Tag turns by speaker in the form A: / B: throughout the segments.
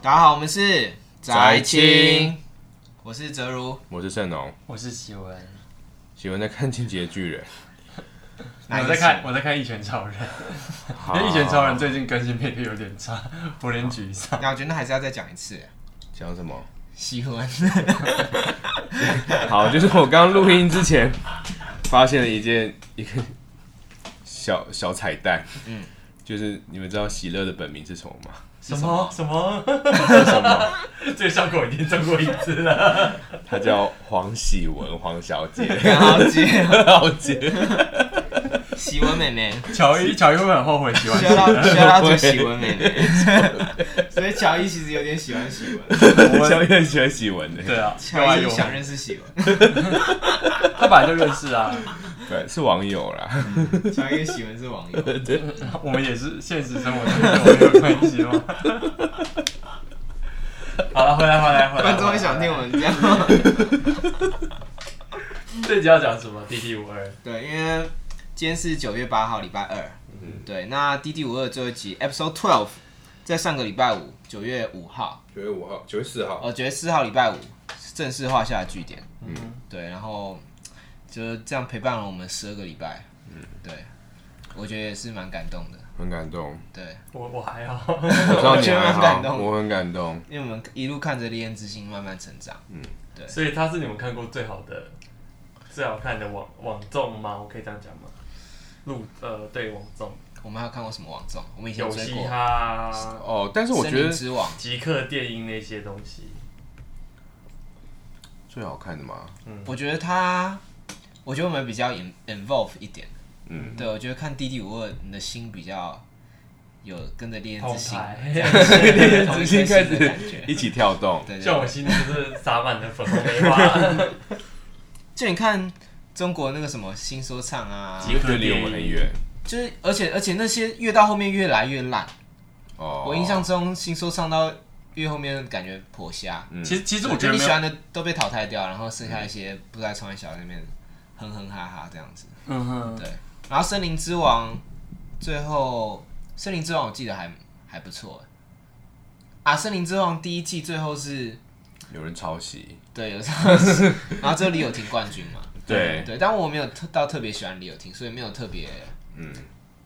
A: 大家好，我们是
B: 宅青
A: 我是泽如，
B: 我是盛农，
C: 我是喜文，
B: 喜欢在看《进击的巨人
C: 我哎在看我在看《一拳超人》，因为《一拳超人》最近更新配的有点差，我有点沮丧。
A: 那我觉得还是要再讲一次，》
B: 讲什么？
A: 喜欢
B: 好，就是我刚录音之前发现了一件一个小小彩蛋，嗯
A: 嗯，
B: 就是你们知道喜乐的本名是什么吗？
C: 什么什么？
B: 是什么？
C: 这个效果已经中过一次了。
B: 她叫黄喜文，黄小姐，
A: 好姐，
B: 小姐，
A: 喜文妹妹，
C: 乔伊乔伊会不会很后悔喜欢
A: 需要到需要到喜文妹妹，所以乔伊其实有点喜欢喜文，
C: 我
B: 小姐很喜欢喜文的，
C: 对啊，有
A: 乔
C: 啊
A: 伊
C: 有啊，
A: 想认识喜文，
C: 他本来就认识啊。
B: 对，是网友啦，
A: 乔伊跟喜文是网友，
C: 我们也是现实生活中跟我们有关系 吗？好了，回来回来回来。
A: 观众会想听我们这样，
C: 这集要讲什么？D D 五二，
A: 对，因为今天是九月八号，礼拜二，
B: 嗯
A: 对，那《D D 五二》最后一集 Episode Twelve 在上个礼拜五，九月五号。
B: 九月五号，九月四号，
A: 我觉得四号礼拜五正式画下句点，
C: 嗯，
A: 对，然后就这样陪伴了我们十二个礼拜，嗯，对，我觉得也是蛮感动的，
B: 很感动，
A: 对，
C: 我我还好。
B: 我知道你
A: 觉得
B: 还
A: 蛮感
B: 好，
A: 动
B: 我很感动，
A: 因为我们一路看着《烈焰之心》慢慢成长，
C: 所以它是你们看过最好的、最好看的网网综吗？我可以这样讲吗？录呃，对网综
A: 我们还有看过什么网综？我们以前
C: 有
A: 追
C: 嘻
A: 过《
C: 哈、
B: 哦，但是我
A: 森
B: 觉
A: 林
B: 得
A: 之王》，
C: 啊极客电音那些东西，
B: 最好看的嘛，
A: 我觉得他，我觉得我们比较 in- involve 一点，
B: 嗯，
A: 对，我觉得看《弟弟五二》，你的心比较有跟着《烈焰
C: 同
A: 之心》
C: 台，
A: 烈
B: 重新开始
A: 感 觉，
B: 一起跳动，
A: 对，对
C: 像我心里就是洒满了粉红梅 花。
A: 嗯就你看中国那个什么新说唱啊，
C: 极
B: 我觉得离我们很远。
A: 就是而且而且那些越到后面越来越烂。
B: 哦，
A: 我印象中新说唱到越后面感觉颇瞎，
B: 嗯
C: 其实其实
A: 就
C: 我觉得
A: 你
C: 没
A: 喜
C: 有，
A: 欢的都被淘汰掉，然后剩下一些不知道在创业小那边哼哼哈哈这样子。
C: 嗯哼，
A: 对，然后森林之王最后森林之王我记得还还不错啊，森林之王第一季最后是。
B: 有人抄袭，
A: 对，有时候 是，然后最后李友廷冠军嘛，
B: 对，
A: 对，但我没有特到特别喜欢李友廷，所以没有特别
B: 嗯，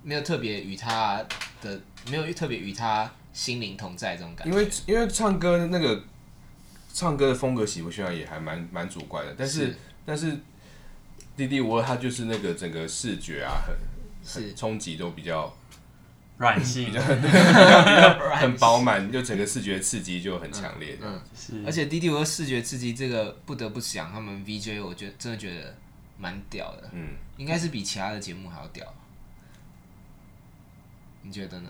A: 没有特别与他的没有特别与他心灵同在这种感
B: 因
A: 觉。
B: 为因为唱歌那个唱歌的风格喜不喜欢也还蛮蛮主观的，但是但是弟弟我他就是那个整个视觉啊，很
A: 是
B: 冲击都比较
C: 软性
B: 很饱满，就整个视觉刺激就很强烈。
A: 嗯，
C: 啊是
A: 而且 D D 五的视觉刺激这个不得不讲，他们 V J 我觉得真的觉得蛮屌的，
B: 嗯，
A: 应该是比其他的节目还要屌。你觉得呢？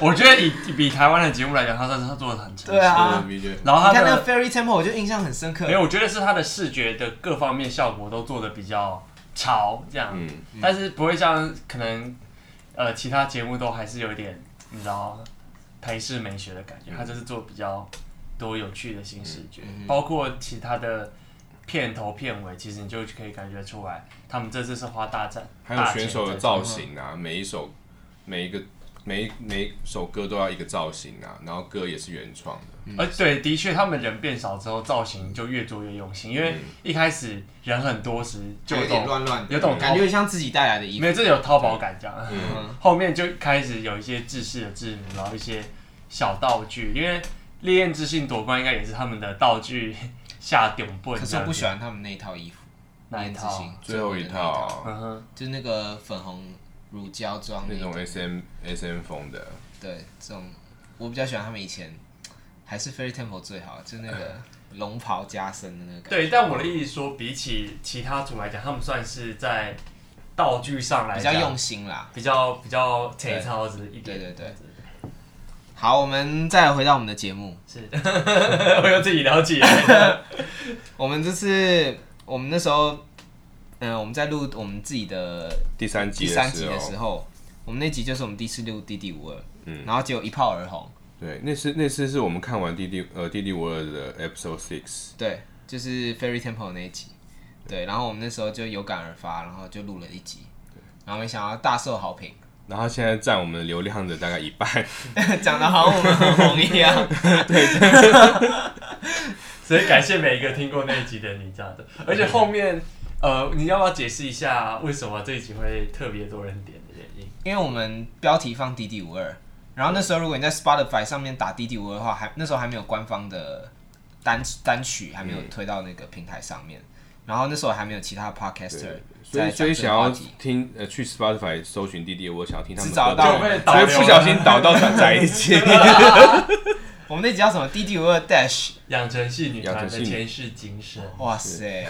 C: 我觉得以比台湾的节目来讲，他算是他做的很成
A: 对
C: 熟。
A: 啊
B: 就是 VJ
C: 然后
A: 你
C: 他
A: 看那个
C: 的
A: Fairy Temple，我就印象很深刻
C: 没。有，我觉得是他的视觉的各方面效果都做的比较潮这样。
B: 嗯，
C: 但是不会像可能呃其他节目都还是有一点你知道台式美学的感觉，它就是做比较多有趣的新视觉，
A: 嗯嗯
C: 包括其他的片头片尾，其实你就可以感觉出来，他们这次是花大战，
B: 还有
C: 大
B: 选
C: 钱
B: 手
C: 在
B: 的
C: 做
B: 造型啊，每一首每一个每一每一首歌都要一个造型啊，然后歌也是原创的。
A: 嗯
C: 而对，的确，他们人变少之后，造型就越做越用心，因为一开始人很多时就
A: 有
C: 有
A: 点
C: 种
A: 嗯乱乱的，
C: 有种
A: 感觉像自己带来的衣服
C: 没。有，这有淘宝感这样。
A: 嗯
C: 后面就开始有一些制式的制服，然后一些小道具，因为《烈焰之心》夺冠应该也是他们的道具下顶部。
A: 可是我不喜欢他们那一套衣服，
C: 哪一
A: 燕之
C: 套
A: 星
B: 最后一
A: 的那套，
B: 套
C: 嗯哼，
A: 就是那个粉红乳胶装那
B: 那
A: 一
B: 种 S M S M 风的，
A: 对，这种我比较喜欢他们以前还是 Fairy Temple 最好，就那 个龙袍加身的那个感觉。
C: 对。但我的意思说，比起其他组来讲，他们算是在道具上来
A: 比较
C: 讲
A: 用心啦。
C: 比较比较粗糙子一
A: 对
C: 点。
A: 对对
C: 对，
A: 好，我们再回到我们的节目，
C: 是。 我又自己了解。
A: 我们这次我们那时候，嗯、我们在录我们自己的
B: 第三
A: 第
B: 集
A: 三
B: 的
A: 集
B: 时
A: 的
B: 候
A: 时，候，我们那集就是我们第四六 D D 五二，
B: 嗯
A: 然后结果一炮而红，
B: 对，那次那次是我们看完《弟弟呃弟弟我尔》的 Episode Six，
A: 对，就是 Fairy Temple 那一集，对，然后我们那时候就有感而发，然后就录了一集，然后没想到大受好评，
B: 然后他现在占我们流量的大概一半，
A: 讲的好像我们很红一样。
C: 所以感谢每一个听过那一集的你，这样子。而且后面，呃，你要不要解释一下为什么这一集会特别多人点的原因？
A: 因为我们标题放 DD 五二，然后那时候如果你在 Spotify 上面打 DD 五二的话，还那时候还没有官方的单单曲还没
B: 嗯
A: 有推到那个平台上面，然后那时候还没有其他 podcaster
B: 所
A: 在
B: 以所
A: 讲这
B: 以想
A: 个话
B: 要
A: 题。
B: 听呃去 Spotify 搜寻弟弟，我想要听他们
A: 是
B: 的
A: 找
B: 歌
A: 到
C: 被导
B: 所以
C: 流
B: 不小心导到在一起。
A: 我们那集叫什么？DD 五二 dash，
C: 养成系女团
B: 养成
C: 的
B: 系
C: 前世今生，
A: 哇塞！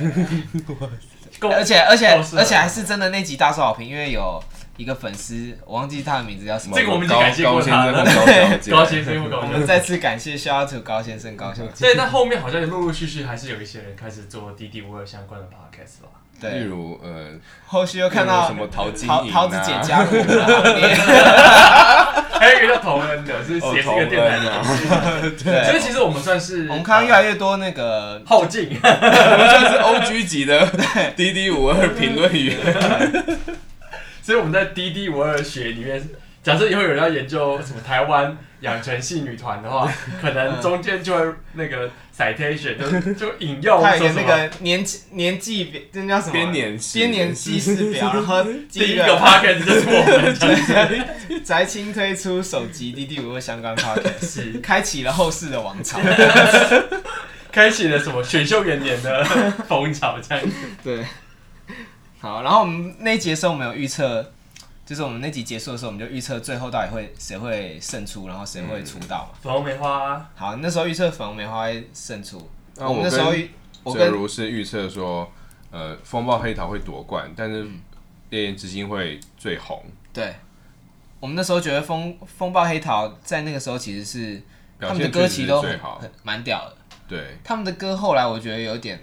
C: 够
A: 而且而 且
C: 够
B: 啊
C: 适合
A: 而且还是真的那集大受好评，因为有一个粉丝，我忘记他的名字叫什么
C: 这。个我们已经感谢过他 了
B: 高高先生
C: 高
B: 高小姐
C: 先生不高
A: 我
C: 先
A: 们
C: 生。
A: 再次感谢 shout out to 高先生、高小姐。
C: 对，但后面好像陆陆续续还是有一些人开始做滴滴五二相关的 podcast 吧。
B: 例
A: 对，
B: 如呃，
A: 后续又看到
B: 例如什么陶晶莹
A: 桃
B: 啊
A: 桃子姐加入我们的行列。
C: 还有一个叫哎哦同啊恩的，是也是一个电台的。
B: 哦
C: 所以
A: 对，
C: 其实我们算是
A: 我们看到越来越多那个
C: 呃后进，
B: 我们算是 O G 级的 D D 五二评论员，
C: 所以我们在滴滴五二学里面，假设以后有人要研究什么台湾养成系女团的话，可
A: 嗯
C: 能中间就会那个 citation 就就引用
A: 他有
C: 说
A: 一
C: 什
A: 个那
C: 么。
A: 个年纪年纪表，这叫什么？
B: 编年史
A: 编年记事表，然后
C: 第一
A: 一
C: 个 podcast 就是我们这样
A: 宅青推出手机 DD 五二相关 podcast，
C: 子，
A: 开启了后世的王朝。
C: 开启了什么选秀元年的风潮，这样子
A: 对，好，然后我们那一集的时候，我们有预测，就是我们那集结束的时候，我们就预测最后到底会谁会胜出，然后谁会出道嘛。
C: 粉红梅花，
A: 好，那时候预测粉红梅花会胜出，
B: 那
A: 我们
B: 啊我
A: 那时候
B: 跟
A: 预我
B: 正
A: 跟
B: 如是预测说，呃，风暴黑桃会夺冠，但是
A: 嗯
B: 烈焰之心会最红，
A: 对，我们那时候觉得风风暴黑桃在那个时候其实是他
B: 表
A: 们的
B: 现
A: 歌
B: 确
A: 其
B: 实
A: 实
B: 是
A: 都
B: 最
A: 很
B: 好。
A: 很蛮屌的，
B: 对，
A: 他们的歌后来我觉得有点，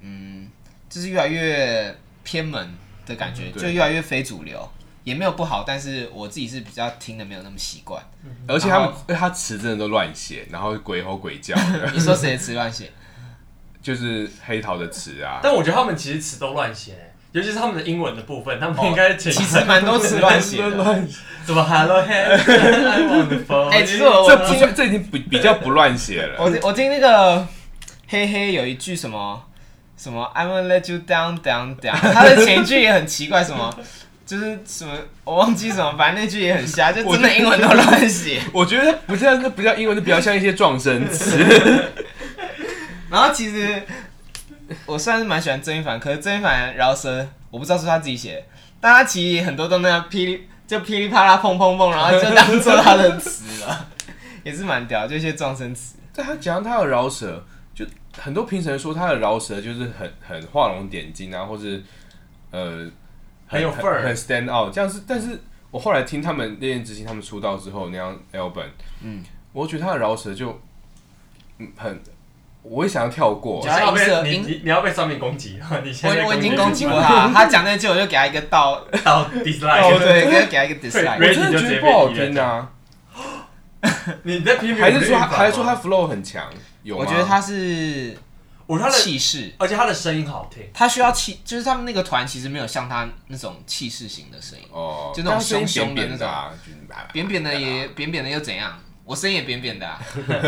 A: 嗯，就是越来越偏门的感觉，
B: 嗯对
A: 就越来越非主流，也没有不好，但是我自己是比较听的没有那么习 惯。
B: 而且他们他词真的都乱写，然后鬼吼鬼叫 的，
A: 你说谁的词乱 写？
B: 就是黑桃的词啊。
C: 但我觉得他们其实词都乱写、尤其是他们的英文的部分，他们应该其
A: 哦其实蛮多词乱写的。
C: 什么 Hello Hey，I want the phone。
A: 哎其实我
B: 这不算，这已经比比较不乱写了。
A: 我听我听那个嘿嘿有一句什么什么 I'm gonna let you down down down，他的前一句也很奇怪，什么就是什么我忘记什么，反正那句也很瞎，就真的英文都乱写。
B: 我觉得不像，那不叫英文，那比较像一些撞声词。
A: 然后其实我虽然是蛮喜欢曾一凡，可是曾一凡饶舌我不知道是他自己写的，但他其实很多都那样噼里就噼里啪啦砰砰砰，然后就当做他的词了， 也是蛮屌，就一些撞声词。
B: 但他讲他的饶舌，就很多评审说他的饶舌就是很很画龙点睛啊，或是呃
C: 很有份儿
B: 很 stand out 这样是。但是我后来听他们烈焰之心他们出道之后那张 album，嗯，我觉得他的饶舌就嗯很，我也想要跳过
A: 你
C: 你
A: 觉，得
C: 要
A: 音色
C: 被你
A: 音
C: 你你要被上面攻击，啊你现
A: 我
C: 在
A: 我已经
C: 攻
A: 攻击过他，他讲那句我就给他一个倒， 倒
C: 到 dislike。
A: 哦对，给他一 个
B: 我
A: dislike。
B: 真的觉得不好听啊，
C: 你在批评
B: 还是说 他
C: 我的语法吗
B: 还是说他 flow 很强，有吗
A: 我觉得他是
C: 我说他的，
A: 气势，
C: 而且他的声音好听，
A: 他需要气，就是他们那个团其实没有像他那种气势型的声音，
B: 哦，
A: 就那种
B: 但他声音
A: 凶凶的
B: 扁
A: 那
B: 扁
A: 种
B: 啊，就是
A: 扁扁的也扁扁的又怎样？我声音也扁扁的啊，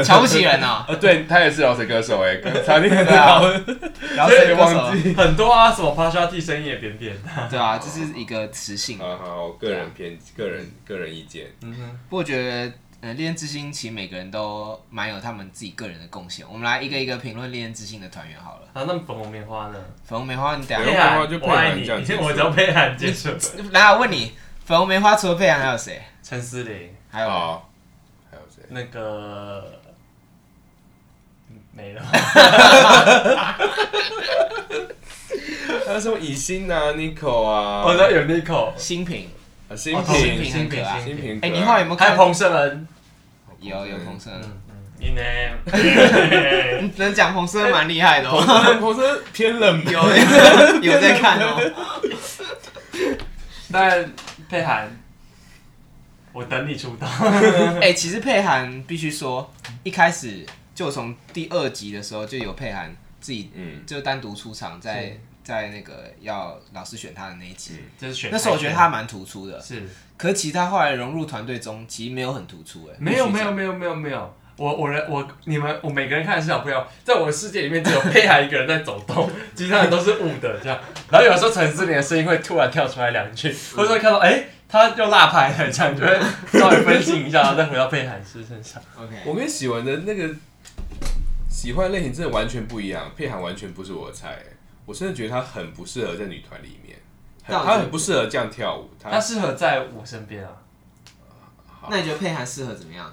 A: 瞧不起人 哦。
B: 呃，对他也是饶舌歌手 哎，他那个
A: 对啊
B: 饶
A: 然 后这个歌
B: 忘
A: 手，
C: 很多啊，什么 p a s h a T 声音也扁扁的。
A: 对啊，这是一个磁性。
B: 好啊好，我个人偏个人个人意见，
C: 嗯哼，
A: 不过我觉得，呃，恋之星其实每个人都蛮有他们自己个人的贡献。我们来一个一个评论恋之星的团员好了。
C: 啊，那粉红棉花呢？
A: 粉红梅花，你等一
B: 对
A: 下，
B: 红棉
C: 佩涵
B: 花就，佩
C: 我爱
B: 涵
C: 你，
B: 这样结束
C: 我只要佩涵结束。
A: 来我问你，粉红梅花除了佩涵还有谁？
C: 陈思玲，
A: 还有
B: 好，还有谁？
C: 那个没了。
B: 还有什么以心啊，Nico 啊，
C: 我知道有 Nico，
A: 新平，
B: 啊新
A: 哦新
B: 平
A: 平很可爱。
B: 新平，啊
A: 哎，你后来有没有
C: 还有
A: 看？
C: 彭胜恩。
A: 有有彭生，
C: 嗯嗯，你呢？
A: 你能讲彭生蛮厉害的哦。
B: 彭生偏冷门
A: 有有在看哦。
C: 但佩涵，我等你出道。
A: 哎，其实佩涵必须说，一开始就从第二集的时候就有佩涵自己
B: 嗯，
A: 就单独出场在在那个要老师选他的那一期，
C: 就是选
A: 那时候我觉得他蛮突出的，
C: 是
A: 可其实他后来融入团队中，其实没有很突出哎、
C: 没有没有没有没有没有，我我的我你们我每个人看的视角不一样，在我的世界里面只有佩涵一个人在走动， 其他人都是雾的这样。然后有时候陈思玲的声音会突然跳出来两 句，或者说看到哎、他又落拍了这样，就会稍微分心一下，然后再回到佩涵师身上。
A: ，OK，
B: 嗯我跟喜欢的那个喜欢类型真的完全不一样，佩涵完全不是我的菜、欸我真的觉得他很不适合在女团里面，很
A: 到底
B: 他很不适合这样跳舞，
C: 他
B: 他
C: 适合在我身边啊，
A: 那你觉得佩涵适合怎么样？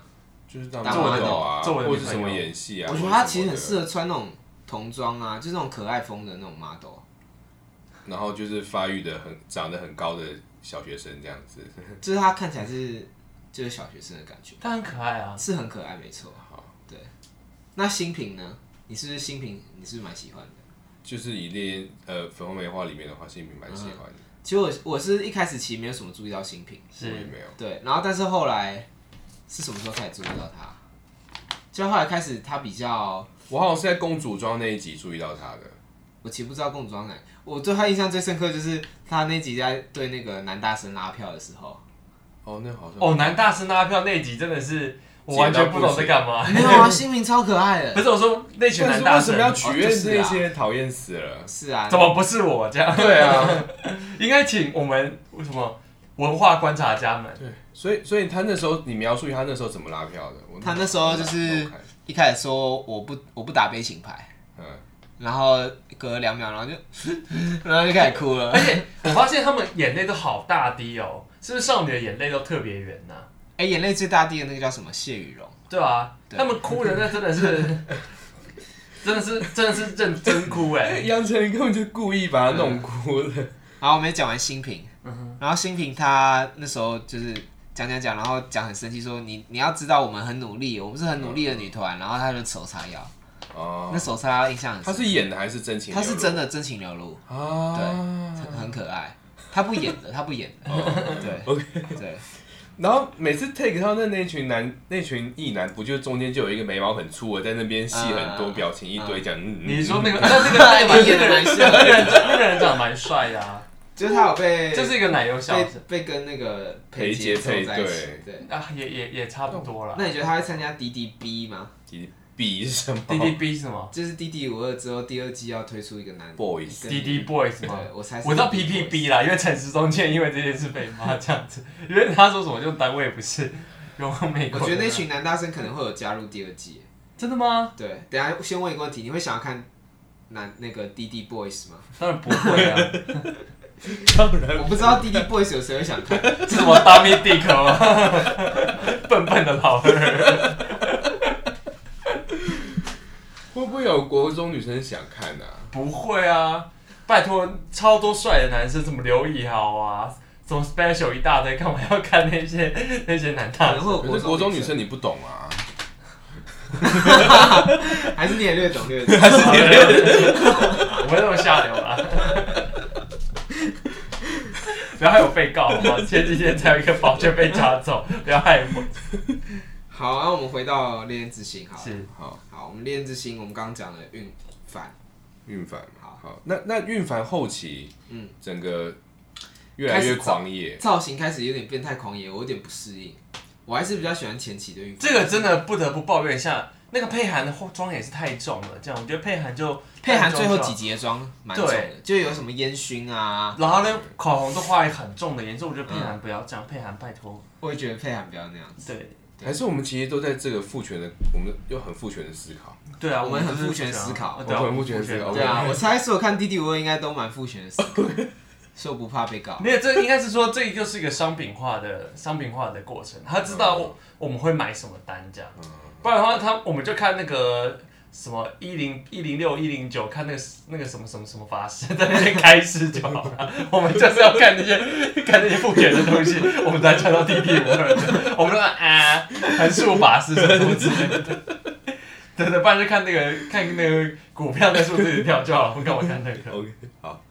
B: 就是当
A: 打
B: 做
A: 麻将
B: 友啊，
C: 做我的
B: 或
C: 女
B: 是
C: 朋
B: 什么
C: 友
B: 演戏啊，
A: 我觉
B: 或
A: 得
B: 者
A: 他
B: 什
A: 其
B: 么
A: 实
B: 的
A: 很适合穿那种童装啊，就是那种可爱风的那种 model。
B: 然后就是发育的很长得很高的小学生这样子。
A: 就是他看起来是就是小学生的感觉，
C: 他很可爱啊。
A: 是很可爱，没错。
B: 好，
A: 对。那新平呢？你是不是新平？你是不是蛮喜欢的？
B: 就是以恋呃粉红梅花里面的话，新平蛮喜欢的，
A: 其实我我是一开始其实没有什么注意到新平，
B: 我也
C: 是
B: 没有。
A: 对。然后但是后来是什么时候开始注意到他？就后来开始他比较，
B: 我好像是在公主装那一集注意到他的，
A: 我其实不知道共装男，我对他印象最深刻就是他那集在对那个男大生拉票的时候，
B: 哦，那好像
C: 哦，男大师拉票那集真的是我完全不懂在 干嘛。
A: 没有啊，新平超可爱
C: 不
A: 的，
C: 是我说那群
B: 但是
C: 男大
B: 为什
C: 生
B: 么要取悦
A: 哦就是
B: 那
A: 啊
B: 些讨厌死 了？
A: 是啊，
C: 怎么不是我这样？
B: 对啊，
C: 应该请我们什么文化观察家们，
B: 对，所以所以他那时候你描述他那时候怎么拉票的？我
A: 他那时候就是
B: 我看
A: 一开始说我不我不打悲情牌。
B: 嗯，
A: 然后隔两秒，然后就，然后就开始哭了
C: 而。且我发现他们眼泪都好大滴哦，是不是少女的眼泪都特别圆呐？
A: 哎，眼泪最大滴的那个叫什么？谢雨荣。
C: 对啊，
A: 对
C: 他们哭的那 真的是，真的是真的是认真哭哎，
B: 杨丞琳根本就故意把他弄哭的，
A: 然后我们也讲完新平，然后新平他那时候就是讲讲讲，然后讲很生气，说你你要知道我们很努力，我们是很努力的女团。然后他就手叉腰，
B: 哦
A: 那，手叉腰印象很
B: 他
A: 深，
B: 是演的还是真情
A: 他
B: 流露？
A: 是真的真情流露，
B: 啊，
A: 很 很可爱。他不演的，他不演
B: 哦
A: 的，对
B: ，OK。
A: 对，
B: 然后每次 take 他的那群男那群异男，不就中间就有一个眉毛很粗的在那边戏很多，
A: 嗯
B: 表情一堆讲。嗯
C: 你
B: 嗯
C: 说 那个那那个那个
A: 演的蛮像
C: 那个人那个人长得蛮帅的啊，
A: 就是他有被，
C: 就是一个奶油小
A: 被
C: 子
A: 被跟那个
B: 裴
A: 杰
B: 杰
A: 凑
B: 配
A: 在一起
B: 对。
A: 对，
C: 啊，也也也差不多了。
A: 那你觉得他会参加 DDB 吗？
B: 嗯你比什么
C: D D
A: 哦
C: B 什么
A: 就是 D D 五二之后第二季要推出一个男
B: Boys
A: 跟
C: ？D D Boys 吗
A: 对？我才
C: 我知道 PPB 啦，因为陈时中倩因为这件事被骂这样子，因为他说什么就单位不是有美
A: 我
C: 国人啊。
A: 觉得那群男大生可能会有加入第二季。
C: 真的吗？
A: 对，等一下先问一个问题，你会想要看男那个 D D Boys 吗？
C: 当然不会啊，
B: 当然
A: 我不知道 D D Boys 有谁会想看。
C: 这是什么 Dummy Dick 吗？笨笨的老二，
B: 会不会有国中女生想看啊？
C: 不会啊，拜托，超多帅的男生，什么刘以豪啊，什么 Special 一大堆，干嘛要看那些 那些男
A: 可
C: 大
A: 能
C: 生？
A: 会有
B: 可
A: 国
B: 是国中
A: 女
B: 女生，你不懂啊，
A: 还是你也略懂略懂。
C: 我没那么下流啊。不要害我被告好吗？前几天才有一个保全被抓走，不要害我。
A: 好，那我们回到《恋恋之心》好了。
C: 是
A: 好，我们《恋恋之心》，我们刚刚讲了运反，
B: 运凡嘛
A: 好
B: 好，那那运凡后期，
A: 嗯
B: 嗯，整个越来越狂野，
A: 造型开始有点变态狂野，我有点不适应。我还是比较喜欢前期的运。
C: 这个真的不得不抱怨一下，那个佩涵的后妆也是太重了，这样我觉得佩涵就
A: 配涵最后几集的妆蛮重的
C: 对，
A: 就有什么烟熏啊，
C: 然后呢，口红都画得很重的颜色，我觉得佩涵不要这样，佩涵拜托。
A: 我也觉得佩涵不要那样。
C: 对
B: 还是我们其实都在这个父权的，我们又很父权的思考，
C: 对啊，
A: 我们很父权思考
C: 对啊，
B: 我们很父权思考
A: 对啊，我猜所有看《弟弟我应该都蛮父权的思考，说不怕被告。
C: 没有，这应该是说，这就是一个商品化的商品化的过程。他知
B: 嗯
C: 道我我们会买什么单这样，不然的话，他我们就看那个什么一零一零六一零九，看那个那个什么什么什么法师在那边开市就好了。我们就是要看那些 看那些不甜的东西，我们才看到 D D 五 二，我们就说啊，函数法师什么什么之类的。对对，不然就看那个看那个股票在数字里跳就好了，我们干嘛看那 个？
B: OK，好，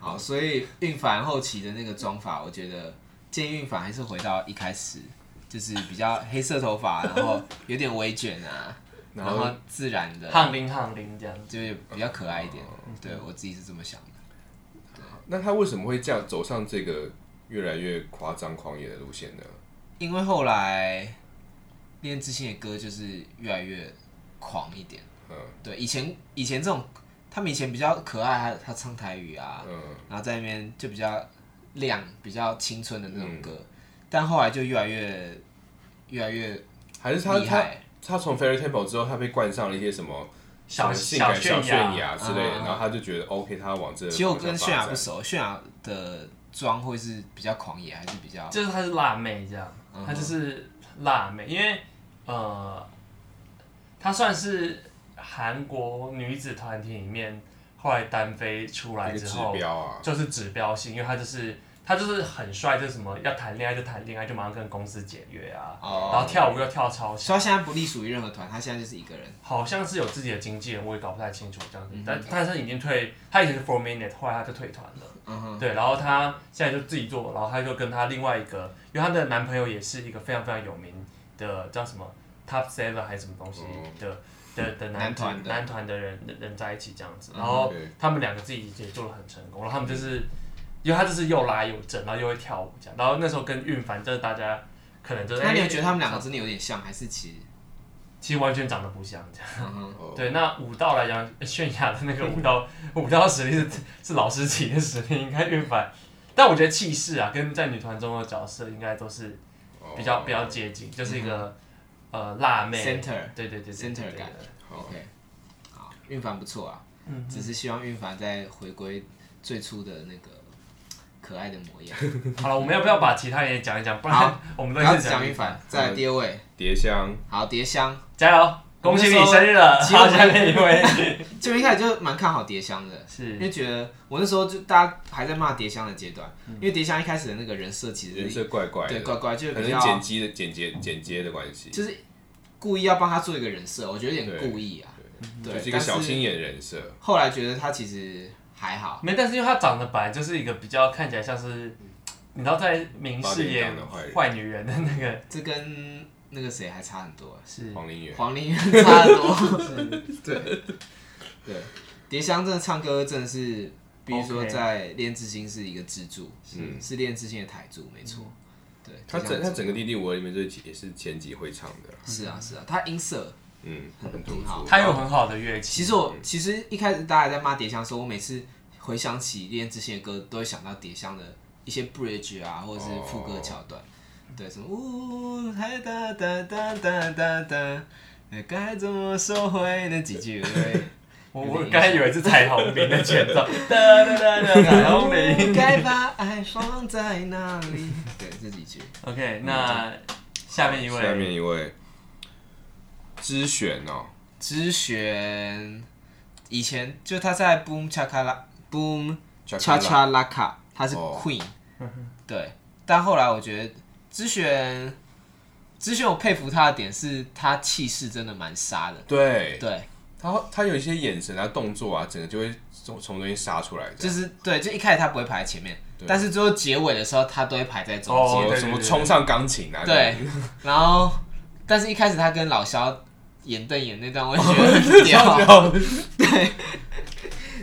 A: 好，所以运凡后期的那个妆法，我觉得建议运凡还是回到一开始，就是比较黑色头发，然后有点微卷 啊，然
B: 然后
A: 后自然的，
C: 翰林翰林这样子。
A: 就是比较可爱一点。对我自己是这么想的。
B: 那他为什么会这样走上这个越来越夸张狂野的路线呢？
A: 因为后来练志信的歌就是越来越狂一点。
B: 嗯
A: 对，以前以前这种，他们以前比较可爱，他他唱台语啊，
B: 嗯，
A: 然后在那边就比较亮、比较青春的那种歌，
B: 嗯
A: 但后来就越来越越来越
B: 还是他
A: 厉
B: 他
A: 害。
B: 他从 Fairy Temple 之后，他被冠上了一些什么什
C: 小
B: 么性感小
C: 炫
B: 泫
C: 耀，
B: 雅之类的，
A: 啊
B: 然后他就觉得 OK，他往这个
A: 其实我
B: 方向
A: 跟泫雅
B: 发
A: 不
B: 展
A: 熟，泫雅的妆会是比较狂野，还是比较
C: 就是她是辣妹这样
A: 嗯，
C: 她就是辣妹，因为呃，她算是韩国女子团体里面后来单飞出来
B: 一个
C: 之
B: 指
C: 后，
B: 标啊，
C: 就是指标性，因为她就是她就是很帅，就是什么要谈恋爱就谈恋爱，就马上跟公司解约啊，
A: 哦？
C: 然后跳舞又跳超
A: 所以她，
C: 强
A: 现在不隶属于任何团，她现在就是一个人。
C: 好像是有自己的经纪人，我也搞不太清楚这
A: 嗯
C: 样子，但但是已经退，她以前是 Four Minute，后来她就退团了。
A: 嗯哼，
C: 对，然后她现在就自己做，然后她就跟她另外一个，因为她的男朋友也是一个非常非常有名的叫什么 Top Seven 还是什么东西
B: 哦
C: 的、的的
A: 嗯男
C: 男子
A: 团的
C: 男团的人人人在一起这样子，
A: 嗯
C: 然后
B: 对
C: 他们两个自己也做的很成功，然后他们就是因为他就是又拉又整，然后又会跳舞这样，然后那时候跟韵凡就是大家可能就是
A: 那你有
C: 哎
A: 觉得他们两个真的有点像，还是其实？
C: 其实完全长得不像这样。
A: 嗯哼
B: 哦
C: 对，那武道来讲，泫雅的那个武 道武道实力是是老师级的实力，应该运反。但我觉得气势啊，跟在女团中的角色应该都是比较、
B: 哦
C: 比较接近，就是一个、呃辣妹
A: 嗯 Center
C: 对对对对对
A: Center
C: 对
A: 感
C: 对
B: 好
A: ，OK，好，韵凡不错啊，
C: 嗯
A: 只是希望韵凡再回归最初的那个可爱的模样。
C: 好了，我们要不要把其他人也讲一讲？不然
A: 好
C: 我们都
A: 然后
C: 是
A: 讲一凡，再来第二位，
B: 蝶香，
A: 好，蝶香，
C: 加油！恭喜
A: 我
C: 你
A: 们那时候
C: 生日了！
A: 其实我
C: 好，
A: 们
C: 下 面一位
A: 就一开始就蛮看好蝶香的，
B: 嗯
A: 因为
C: 是
A: 觉得我那时候就大家还在骂蝶香的阶段，因为蝶香一开始的那个人设其
B: 嗯人
A: 实
B: 设怪怪
A: 对
B: 的，
A: 乖乖就比
B: 可能剪
A: 较
B: 辑的剪接剪接的关系，
A: 就是故意要帮他做一个人设，我觉得有点
B: 对
A: 故意啊，对，
B: 就是一个
A: 但
B: 小心眼人设。
A: 后来觉得他其实还好，
C: 没，但是因为她长得本来就是一个比较看起来像是，你知道在明
B: 八
C: 视
B: 点
C: 演
B: 档的坏人
C: 坏女人的那个
A: 这跟那个谁还差很多啊，
C: 是
B: 黄龄远，
A: 黄龄远差得多。 对对，蝶香真的唱歌真的是，比如说
C: OK
A: 在练志新是一个支柱，
B: 嗯
A: 是练志新的台柱，没错。对，
B: 他
A: 就这
B: 整
A: 样
B: 他
A: 子
B: 整个弟弟我里面就是也是前几会唱的啦，
A: 是啊是啊，他音色
B: 嗯，
A: 很
B: 很突
A: 挺好
B: 出。
C: 她有很好的乐器。
A: 其实我其实一开始大家在骂蝶香的时候，我每次回想起练志新的歌，都会想到蝶香的一些 bridge 啊，或者是副歌桥
B: 哦
A: 段。对，什么呜哒哒哒哒哒哒哒，那该怎么收回那几句？对。
C: 我我刚才以为是彩虹铃的 前奏，哒哒 哒哒，彩虹铃。
A: 该把爱放在哪里？ 对，这几句
C: OK，那下面一
B: 下
C: 位，
B: 面一位，知选哦，
A: 之璇，以前就他在 Boom Cha Cha La Boom Cha
B: Chakala
A: Cha La Ka，他是
B: 哦
A: Queen，、对，但后来我觉得之璇，之璇我佩服他的点是他气势真的蛮杀的，
B: 对
A: 对，
B: 他他有一些眼神啊、动作啊，整个就会从从中间杀出来，
A: 就是是对，就一开始他不会排在前面，
B: 对
A: 但是最后结尾的时候他都会排在中
C: 哦
A: 间，
B: 什么
C: 对对
B: 什么
C: 对
B: 冲上钢琴啊，
A: 对，然后但是一开始他跟老萧演瞪眼那段，我也觉得 很屌，对，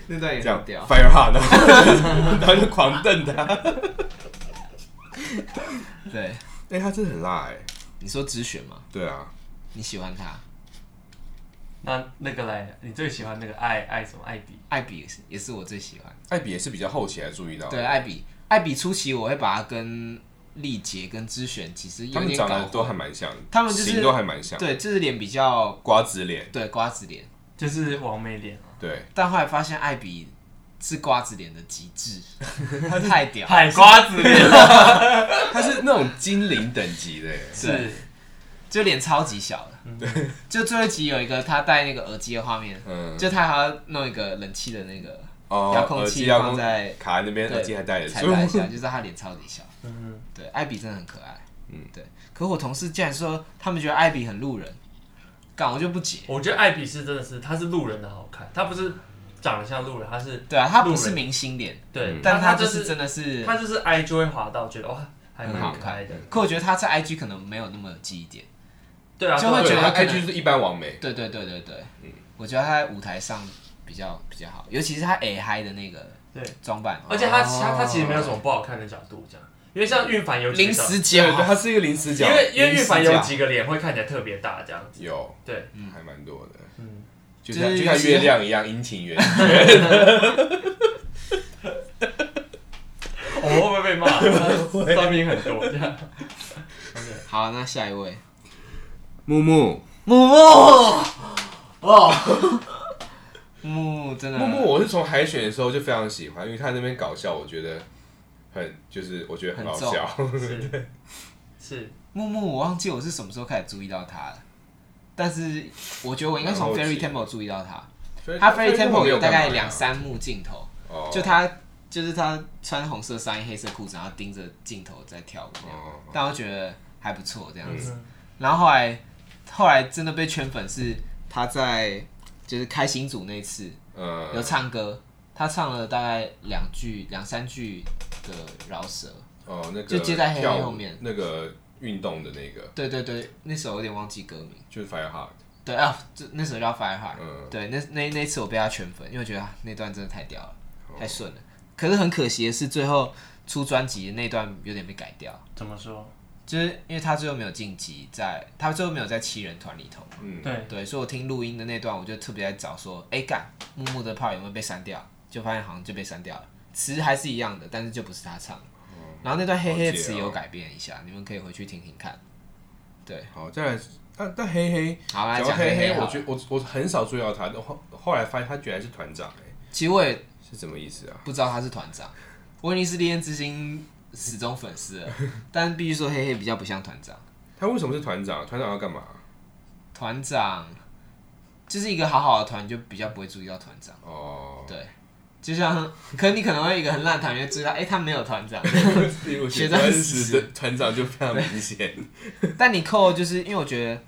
A: 那段也
B: 这样
A: 很屌。
B: fire hard，然后就 狂瞪他，
A: 对，
B: 哎，他真的很辣哎，
A: 你说直选吗？
B: 对啊，
A: 你喜欢他？
C: 那那个来，你最喜欢那个爱爱什么爱比？
A: 艾比也是也是我最喜欢，
B: 艾比也是比较后期才注意到，
A: 对，艾比，艾比初期我会把他跟力杰跟之选其实
B: 他
A: 有
B: 们
A: 点
B: 长
A: 搞
B: 得都还
A: 混，
B: 蛮像的，
A: 他们就是
B: 型都还蛮像，
A: 对，就是脸比较
B: 瓜子脸，
A: 对瓜子脸，
C: 就是王美脸啊，
B: 对，
A: 但后来发现艾比是瓜子脸的极 致，太屌，
C: 海瓜子脸
B: 他是那种精灵等级的耶，哎
A: 对
C: 是
A: 就脸超级小的，对，就最后一集有一个他戴那个耳机的画面，
B: 嗯，
A: 就他还要弄一个冷气的那个
B: 哦
A: 遥控
B: 耳
A: 器
B: 机遥
A: 放
B: 控
A: 在
B: 卡在那边，
A: 对
B: 耳机还戴着，
A: 彩
B: 所以
A: 排一
B: 我
A: 下，就是他脸超级小。
C: 嗯，
A: 对，艾比真的很可爱。
B: 嗯
A: 嗯，对。可我同事竟然说他们觉得艾比很路人，干我就不解。
C: 我觉得爱比是真的是，她是路人的好看，她不是长得像路人，她是
A: 对啊，他
C: 路
A: 不
C: 人嗯
A: 是明星脸，
B: 嗯
C: 对，
A: 但他
C: 她她
A: 就
C: 就是
A: 真的是
C: 她就是爱就会滑到，觉得哇还蛮可爱
B: 嗯
C: 的，
A: 可我觉得他在 IG 可能没有那么有记忆点。
C: 对啊，
A: 就会
C: 对啊
A: 觉得
B: 他
A: 可能
B: IG 就是一般完美，
C: 嗯
A: 对对对对对，我觉得他在舞台上比较比较好，尤其是他 A 嗨的那个
C: 对
A: 装扮，哦
C: 而且他他他其实没有什么不好看的角度，这样，因为像运凡有几
A: 零
C: 个
A: 死
B: 对对，
A: 角，
B: 它是一个零死角，
C: 因为因为
A: 临
C: 运
A: 时
C: 凡有
A: 角
C: 几个脸会看起来特别大，这样子，
B: 有
C: 对，
B: 还蛮多的，
C: 嗯
B: 就像
A: 就是
B: 就像
A: 有些
B: 月亮一样阴晴圆缺。
C: 我们 会不会被骂？算命很多这样。
A: 好，那下一位
B: 木木
A: 木木哦，木木真的
B: 木木，我是从海选的时候就非常喜欢，因为他那边搞笑，我觉得很就是我觉得很
A: 很
B: 好笑。
C: 是是，
A: 木木，我忘记我是什么时候开始注意到他了，但是我觉得我应该从
B: 蛮好奇
A: Fairy
B: 的
A: Temple 注意到他，
B: 所以
A: 他 Fairy
B: 所以木木
A: Temple
B: 没
A: 有大概
B: 干嘛呀
A: 两，三幕镜头，
B: 哦
A: 就他就是他穿红色上衣、黑色裤子，然后盯着镜头在跳舞这样，
B: 哦
A: 但我觉得还不错这样子。
C: 嗯
A: 然后后来后来真的被圈粉是他在就是开心组那次有
B: 呃，
A: 唱歌，他唱了大概两句两三句的饶舌，
B: 哦那个
A: 就接在黑黑
B: 跳舞
A: 后面
B: 那个运动的那个
A: 对对对，那首有点忘记歌名，
B: 就是 Fire Hard，
A: 对啊，这那首叫 Fire Heart，、
B: 嗯
A: 对，那那那次我被他圈粉，因为我觉得、啊那段真的太屌了，
B: 哦
A: 太顺了。可是很可惜的是，最后出专辑的那段有点被改掉，
C: 怎么说？
A: 就是因为他最后没有晋级在他最后没有在七人团里头。
B: 嗯，
C: 对，
A: 对，所以我听录音的那段，我就特别在找说，哎干，木木的 part 有没有被删掉？就发现好像就被删掉了，词还是一样的，但是就不是他唱的。然后那段黑黑的
B: 哦了解
A: 词
B: 哦
A: 有改变一下，你们可以回去听听看。对，
B: 好，再来，但但黑黑，
A: 好来
B: 讲
A: 讲
B: 到黑
A: 黑啊好
B: 我
A: 了
B: 觉我我很少注意到他，后后来发现他居然是团长，哎，
A: 其实我也
B: 是什么意思啊？
A: 不知道他是团长，我已经是烈焰之星死忠粉丝 了，但必须说黑黑比较不像团长，
B: 他为什么是团长？团长要干嘛？
A: 团长就是一个好好的团，你就比较不会注意到团长。
B: 哦，
A: 对，就像可能你可能会一个很烂的团员注意到，哎、他没有团 长。
B: 学
A: 学
B: 长
A: 长
B: 死的团长就非常明显。
A: 但你扣就是因为我觉得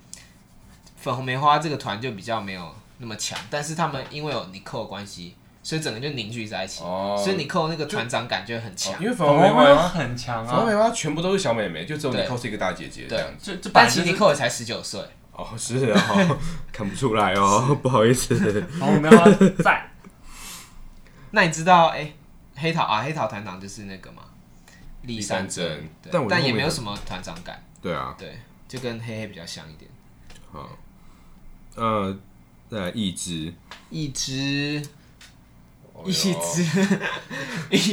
A: 粉红梅花这个团就比较没有那么强，但是他们因为有你扣的关系，所以整个就凝聚在一起，
B: 哦
A: 所以你扣那个团长感觉很强。
B: 因为粉
C: 我
B: 红梅
C: 们
B: 花，
C: 很强
B: 粉红
C: 啊
B: 梅，花全部都是小妹妹，就只有
A: 对
B: Nicole 是一个大姐姐这样子。
C: 这这
A: 但
C: 版
A: 其实你扣也才十九岁，
B: 哦，是哦， 看不出来哦， 不好意思。
C: 好，我们要在
A: 那你知道哎、黑桃啊黑桃团长就是那个嘛，立山
B: 立山
A: 真
B: 真，
A: 对
B: 但我
A: 但
B: 觉得
A: 也
B: 后面
A: 没有
B: 很
A: 什么团长感，
B: 对啊，
A: 对，就跟黑黑比较像一点。
B: 好，呃，再来一只，
A: 一只
B: 哦
A: 一
B: 只。
A: 只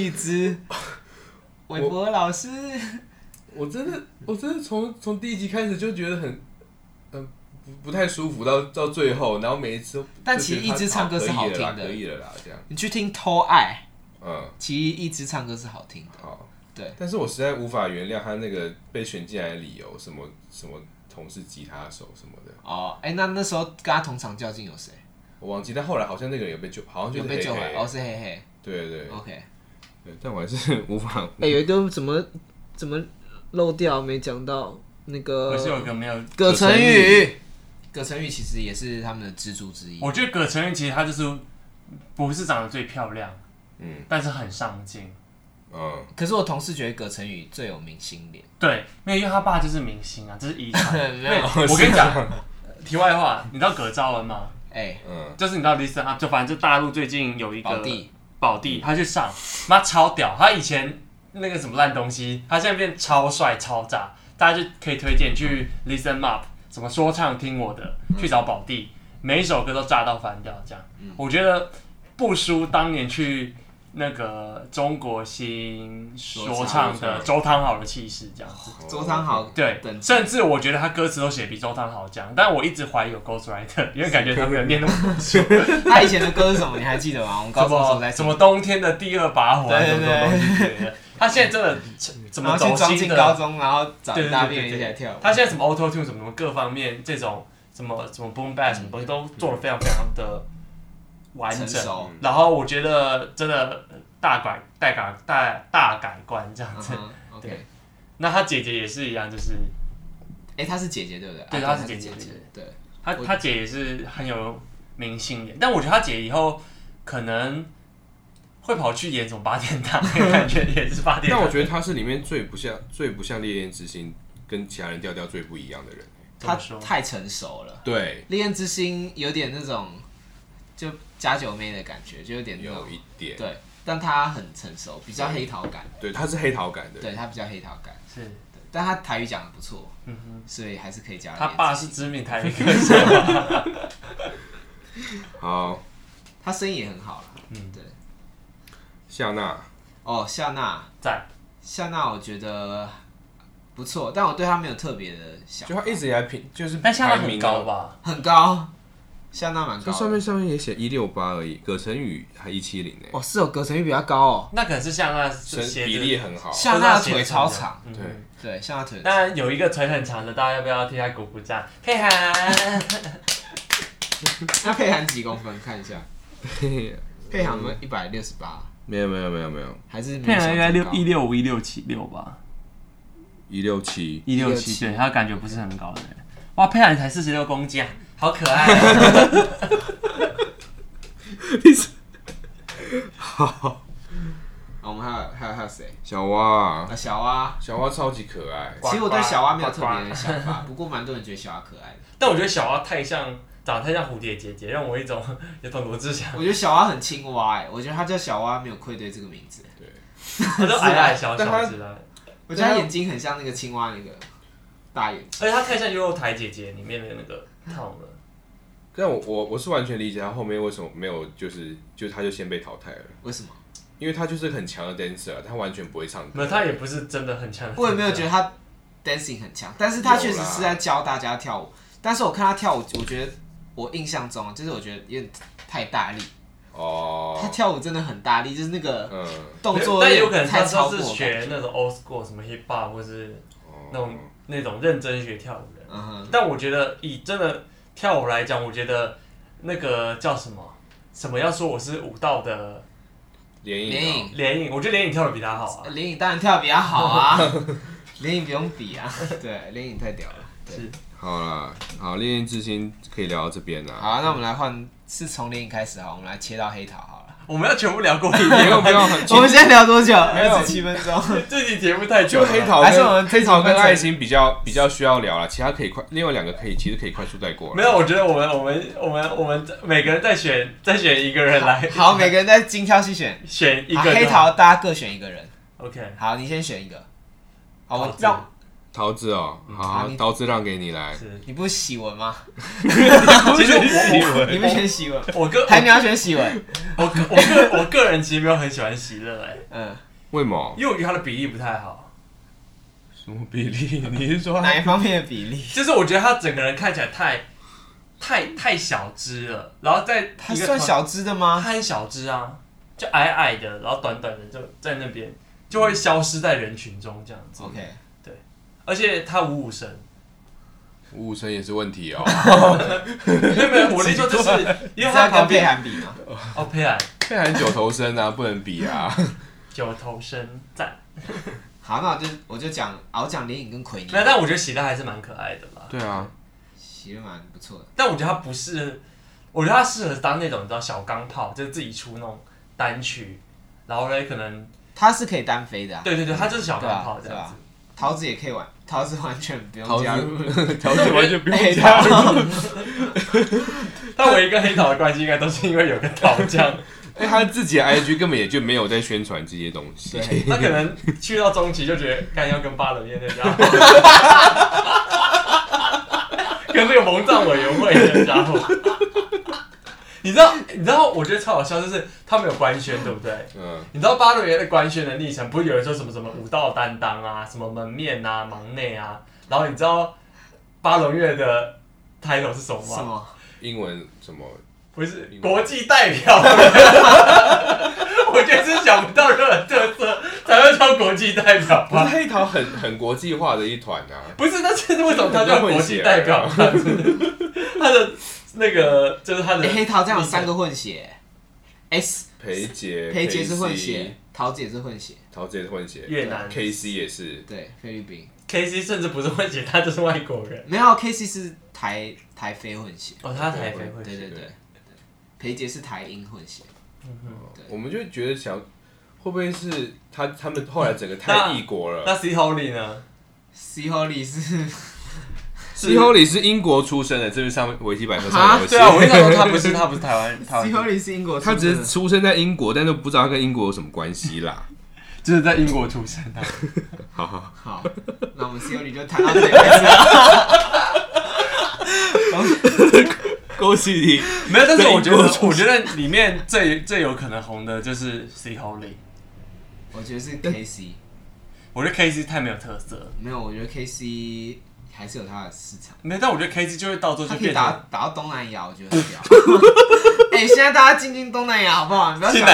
A: 一只 韦伯老师，
B: 我真的，我真的从从第一集开始就觉得很，嗯，不不太舒服，到到最后，然后每一次都，
A: 但其实
B: 就觉得
A: 一只
B: 他
A: 唱歌是好听的
B: 可以了啦，可以了啦，这样，
A: 你去听《偷爱》。
B: 嗯，
A: 其实一直唱歌是好听的，
B: 好，
A: 对。
B: 但是我实在无法原谅他那个被选进来的理由，什么什么同是吉他手什么的，
A: 哦，哎、那那时候跟他同场较劲有谁？
B: 我忘记。但后来好像那个人有被救，好像就
A: 有
B: 是
A: 被救回
B: 黑
A: 来？
B: 黑
A: 哦，是嘿嘿。
B: 对对
A: OK。哎、
B: 对，但我还是无法。
A: 有一个怎么怎么漏掉没讲到那
C: 我
A: 个
C: 是有个没有，
A: 葛
B: 承
A: 承
B: 宇
A: 宇，葛承宇其实也是他们的支柱之一。
C: 我觉得葛承认其实她就是不是长得最漂亮，
B: 嗯
C: 但是很上进。
B: 嗯，
A: 可是我同事觉得葛承宇最有明星脸，
C: 对，没有，因为他爸就是明星啊，这是遗传。
A: 没有？
C: 我跟你讲，题外话，你知道葛兆恩吗？
A: 哎、
B: 嗯，
C: 就是你知道 Listen Up，就反正就大陆最近有一个
A: 宝弟，
C: 宝弟，他去上，妈超屌，他以前那个什么烂东西，他现在变超帅超炸，大家就可以推荐去 Listen Up，什么说唱听我的，去找宝弟，每一首歌都炸到翻掉，这样，我觉得不输当年去。那个中国新说唱的周汤豪的气势，这样子，
A: 周汤豪
C: 对
A: 等，级
C: 甚至我觉得他歌词都写比周汤豪这样，但我一直怀疑有 Ghostwriter，因为感觉他没有念那么多书。
A: 他以前的歌是什么？你还记得吗？我们高
C: 什
A: 中的时候
C: 么
A: 在
C: 什么冬天的第二把火啊，
A: 对
C: 什
A: 对
C: 么
A: 对
C: 什么东西之类的。他现在真的怎
A: 然后
C: 么
A: 去
C: 走
A: 装
C: 心
A: 进高
C: 的？
A: 中，然后找
C: 对对
A: 一大
C: 对
A: 便
C: 对
A: 一起
C: 对
A: 来跳舞。
C: 他现在什么 auto tune 什么什么各方面这种什么什么 boom bap 什么东西都做的非常非常的完
A: 嗯成
C: 整。
A: 熟，
C: 然后我觉得真的大改大改大大改观这样
A: 嗯
C: 子。
A: 哼，OK。
C: 对那他姐姐也是一样，就是
A: 哎、她是姐姐对不对？
C: 对
A: 啊
C: 她是姐姐
A: 她姐，对。
C: 他
A: 我
C: 他姐也是很有明星脸，但我觉得他姐以后可能会跑去演什么八点档，感觉也是八点
B: 但
C: 档。
B: 我觉得他是里面最不像、最不像烈焰之心跟其他人调调最不一样的人。
C: 怎
A: 他
C: 么说
A: 太成熟了，
B: 对，
A: 《烈焰之心》有点那种就加九妹的感觉，就有点那
B: 有
A: 种
B: 一点，
A: 对，但她很成熟，比较黑桃感，
B: 对，它是黑桃感的，
A: 对她比较黑桃感，
C: 是，
A: 对但她台语讲的不错，
C: 嗯哼，
A: 所以还是可以加一
C: 他
A: 点。
C: 爸是知名台语 歌手，
B: 好，
A: 她声音也很好了，
C: 嗯
A: 对。
B: 夏娜，
A: 哦，夏娜，
C: 赞，
A: 夏娜，我觉得不错，但我对她没有特别的想
B: 就，它一直以来平就是
C: 但下巴
B: 排
C: 很
B: 名
C: 高
B: 啊？
C: 吧？
A: 很高，夏娜蛮
B: 它
A: 高的。
B: 上面上面也写一六八而已，葛晨宇还一七零呢，
A: 哦，是有隔层率比较高哦。
C: 那可能是像那
B: 身
C: 是鞋子
B: 比例很好，
A: 夏娜的腿超长，
C: 嗯
B: 对
A: 对，夏娜腿
C: 当然有一个腿很长的，大家要不要替他鼓鼓掌？佩涵，
A: 那佩涵几公分？看一下，佩涵我
B: 嗯
A: 们一百六十八，
B: 没有没有没有没有，
A: 还是没有想太高
C: 六五一六七六吧，
B: 一六七，
C: 一
A: 167
C: 对他感觉不是很高的。哇，佩涵才四十六公斤啊，好可爱、 啊！
B: 好，
A: 啊我们还有还有还有谁？
B: 小蛙，
A: 啊，小蛙。
B: 小蛙超级可爱，
C: 呱
A: 其实我对小啊蛙没有特别的想法，不过蛮多人觉得小蛙啊可爱的。
C: 但我觉得小蛙太像，长得太像蝴蝶姐姐，让我一种有种罗志祥，
A: 我觉得小蛙很青蛙哎，我觉得它叫小蛙没有愧对这个名字。
C: 他都矮矮小啊
B: 但
C: 小
B: 他
C: 之类的。
A: 我觉得它眼睛很像那个青蛙那个大眼睛。
C: 而且他太像优柔台姐姐里面的那个 Tom 了。
B: 但我我我是完全理解他后面为什么没有，就是就他就先被淘汰了，
A: 为什么？
B: 因为他就是很强的 dancer，他啊完全不会唱歌，
C: 没有，他也不是真的很强。
A: 我也没有觉得他 dancing 很强，但是他确实是在教大家跳舞。但是我看他跳舞，我觉得我印象中啊就是我觉得有点太大力，他
B: 哦，
A: 跳舞真的很大力，就是那个
B: 嗯，
A: 动作
C: 但有
A: 有
C: 可能
A: 点
C: 他
A: 太
C: 都
A: 超
C: 是
A: 过。
C: 学那种 old school 什么 hip hop 或是
B: 哦
C: 那种那种认真学跳舞的人。
A: 嗯哼，
C: 但我觉得以真的跳舞来讲，我觉得那个叫什么什么要说我是舞蹈的
B: 联
A: 联
B: 影
A: 影
B: 哦，
C: 联影，我觉得联影跳的比他好啊。
A: 林颖当然跳得比较好 啊，林颖不用比啊，对，林颖太屌了。
C: 是
B: 好啦，好，恋恋之心可以聊到这边啦。
A: 好啊，那我们来换，是从林颖开始好，我们来切到黑桃好了。
C: 我们要全部聊过
B: 不
C: 一
B: 用
C: 遍，
B: 不用，很
A: 我们现在聊多久？
B: 没有
A: 二十七分钟。
C: 这期节目太久
B: 就
C: 了。
B: 黑桃
A: 还是我
B: 跟
A: 们
B: 黑桃跟
A: 分成
B: 爱心比较比较需要聊啦，其他可以快，另外两个可以其实可以快速带过
C: 没
B: 了。
C: 有，我觉得我们我们我们我们每个人再选再选一个人来
A: 好，每个人再精挑细选，
C: 选一
A: 好
C: 个
A: 黑
C: 就好
A: 桃大家各选一个人。
C: OK。
A: 好，你先选一个。好，
C: 桃
A: 我
C: 子
A: 让
B: 桃子哦，好
A: 好
B: 好，
A: 你
B: 桃子让给你来。
C: 是，
A: 你不是喜文吗？
C: 其实我
A: 你不选喜文，
C: 我我个
A: 还没有选喜文。
C: 我个我个我个人其实没有很喜欢席勒哎，
A: 嗯，
B: 为毛？
C: 因为我觉得他的比例不太好，
B: 什么比例？你是说
A: 哪一方面的比例？
C: 就是我觉得他整个人看起来太太太小只了，然后在
A: 他
C: 一个
A: 算
C: 团，
A: 小只的
C: 他
A: 吗？
C: 很小只啊，就矮矮的，然后短短的就在那边就会消失在人群中这样子，
A: OK，
C: 而且他五五身，
B: 五五声也是问题 哦？
C: 没有没有，我的意思说就是因为
A: 他
C: 他
A: 跟
C: 旁
A: 佩
C: 边
A: 涵比吗？
C: 哦佩兰
B: 这还九头身啊，不能比啊。
C: 九头身赞，
A: 好，那我就我就讲，啊我讲林颖跟奎宁
C: 那，但我觉得席勒还是蛮可爱的啦。
B: 对啊，
A: 其实蛮不错的。
C: 但我觉得他不是，我觉得他适合当那种你知道小钢炮，就是自己出那种单曲，然后呢可能
A: 他是可以单飞的啊，
C: 对对对，他就是小
A: 对
C: 钢炮
A: 吧？
C: 这
A: 对
C: 样
A: 吧
C: 子。？
A: 桃子也可以玩，桃子完全不
B: 桃
A: 用
B: 子
A: 加入。
B: 桃子完啊全不用
A: 黑
B: 加入。
A: 桃，
C: 但我一个黑桃的关系应该都是因为有个桃酱，
B: 哎，他自己的 IG 根本也就没有在宣传这些东西。
A: 对
C: 他可能去到中期就觉得干要跟八冷面那家伙，跟那个蒙藏委员会那家伙。你知道，你知道，我觉得超好笑，就是他们有官宣，对不对？
B: 嗯，
C: 你知道八六年的官宣的历程，不是有人说什么什么武道担当啊，什么门面啊、忙内啊，然后你知道八龙月的 title 是什么
A: 什
C: 吗？
A: 么？
B: 英文什么？
C: 不是国际代表， 我觉得是想不到任何特色才会叫国际代表
B: 不是
C: 吧？
B: 黑桃很很国际化的一团啊。
C: 不是，但是为什么他叫国际代表？ 他的那个就是他的
A: 哎黑桃这样有三个混血，S
B: 裴杰，
A: 裴杰是混
B: KC
A: 血，，桃子也是混血，
B: 桃子也是混血，
C: 越南
B: KC 也是，
A: 对，菲律宾
C: KC，甚至不是混血，他就是外国人。
A: 没有 KC 是台台非混血。
C: 哦，他台北混
A: 对对
C: 血，
A: 对对，裴杰是台英混血，
C: 嗯哼
B: 我们就觉得想，会不会是他他们后来整个
C: 那
B: 太异国了？
C: 那 C Holy 呢？
A: C Holy 是
B: 西
C: 是
B: 侯里是英国出生的，这边上面维基百科上
A: 啊
B: 面有写
C: 对啊，我跟你说他不是他不是台湾，台
A: 西
C: 湾
A: 河里是英国出
B: 他
A: 生的，
B: 只是出生在英国，但都不知道他跟英国有什么关系啦。
C: 就是在英国出生的。
B: 好好，
A: 好，那我们西河里就谈到这里为止了。
B: 恭喜你，
C: 没有，但是我觉得
B: 在英国出，生
C: 我觉得里面最最有可能红的就是《C Holy》，
A: 我觉得是 K C，
C: 我觉得 K C 太没有特色了，
A: 没有，我觉得 K C 还是有它的市场，
C: 没有，但我觉得 K C 就会到最后
A: 它
C: 就
A: 可以
C: 变
A: 打
C: 成
A: 打到东南亚，我觉得很屌。哎、现在大家进军东南亚好不好？你不要
C: 新
A: 小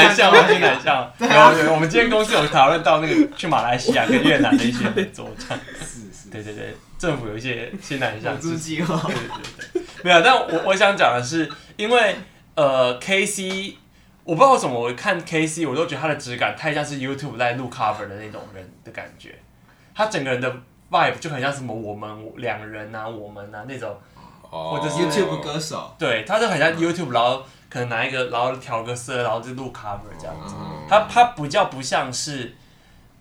A: 看东
C: 南向啊，
A: 南
C: 新南
A: 亚，
C: 向。
A: 啊
C: 有有，我们今天公司有讨论到那个去马来西亚跟越南的 一些合作，这样。
A: 是是，
C: 对对对，政府有一些新南
A: 补
C: 向
A: 助
C: 支持。
A: 计划
C: 对。对对，没有。但我我想讲的是，因为呃，K C，我不知道为什么我看 K C，我都觉得他的质感太像是 YouTube 在录 cover 的那种人的感觉，他整个人的 vibe 就很像什么我们我两人啊，我们啊那种，
B: 哦
C: 或者是
A: YouTube 歌手，
C: 对，他就很像 YouTube，然后可能拿一个，然后调个色，然后就录 cover 这样子。
B: 哦
C: 他他比较不像是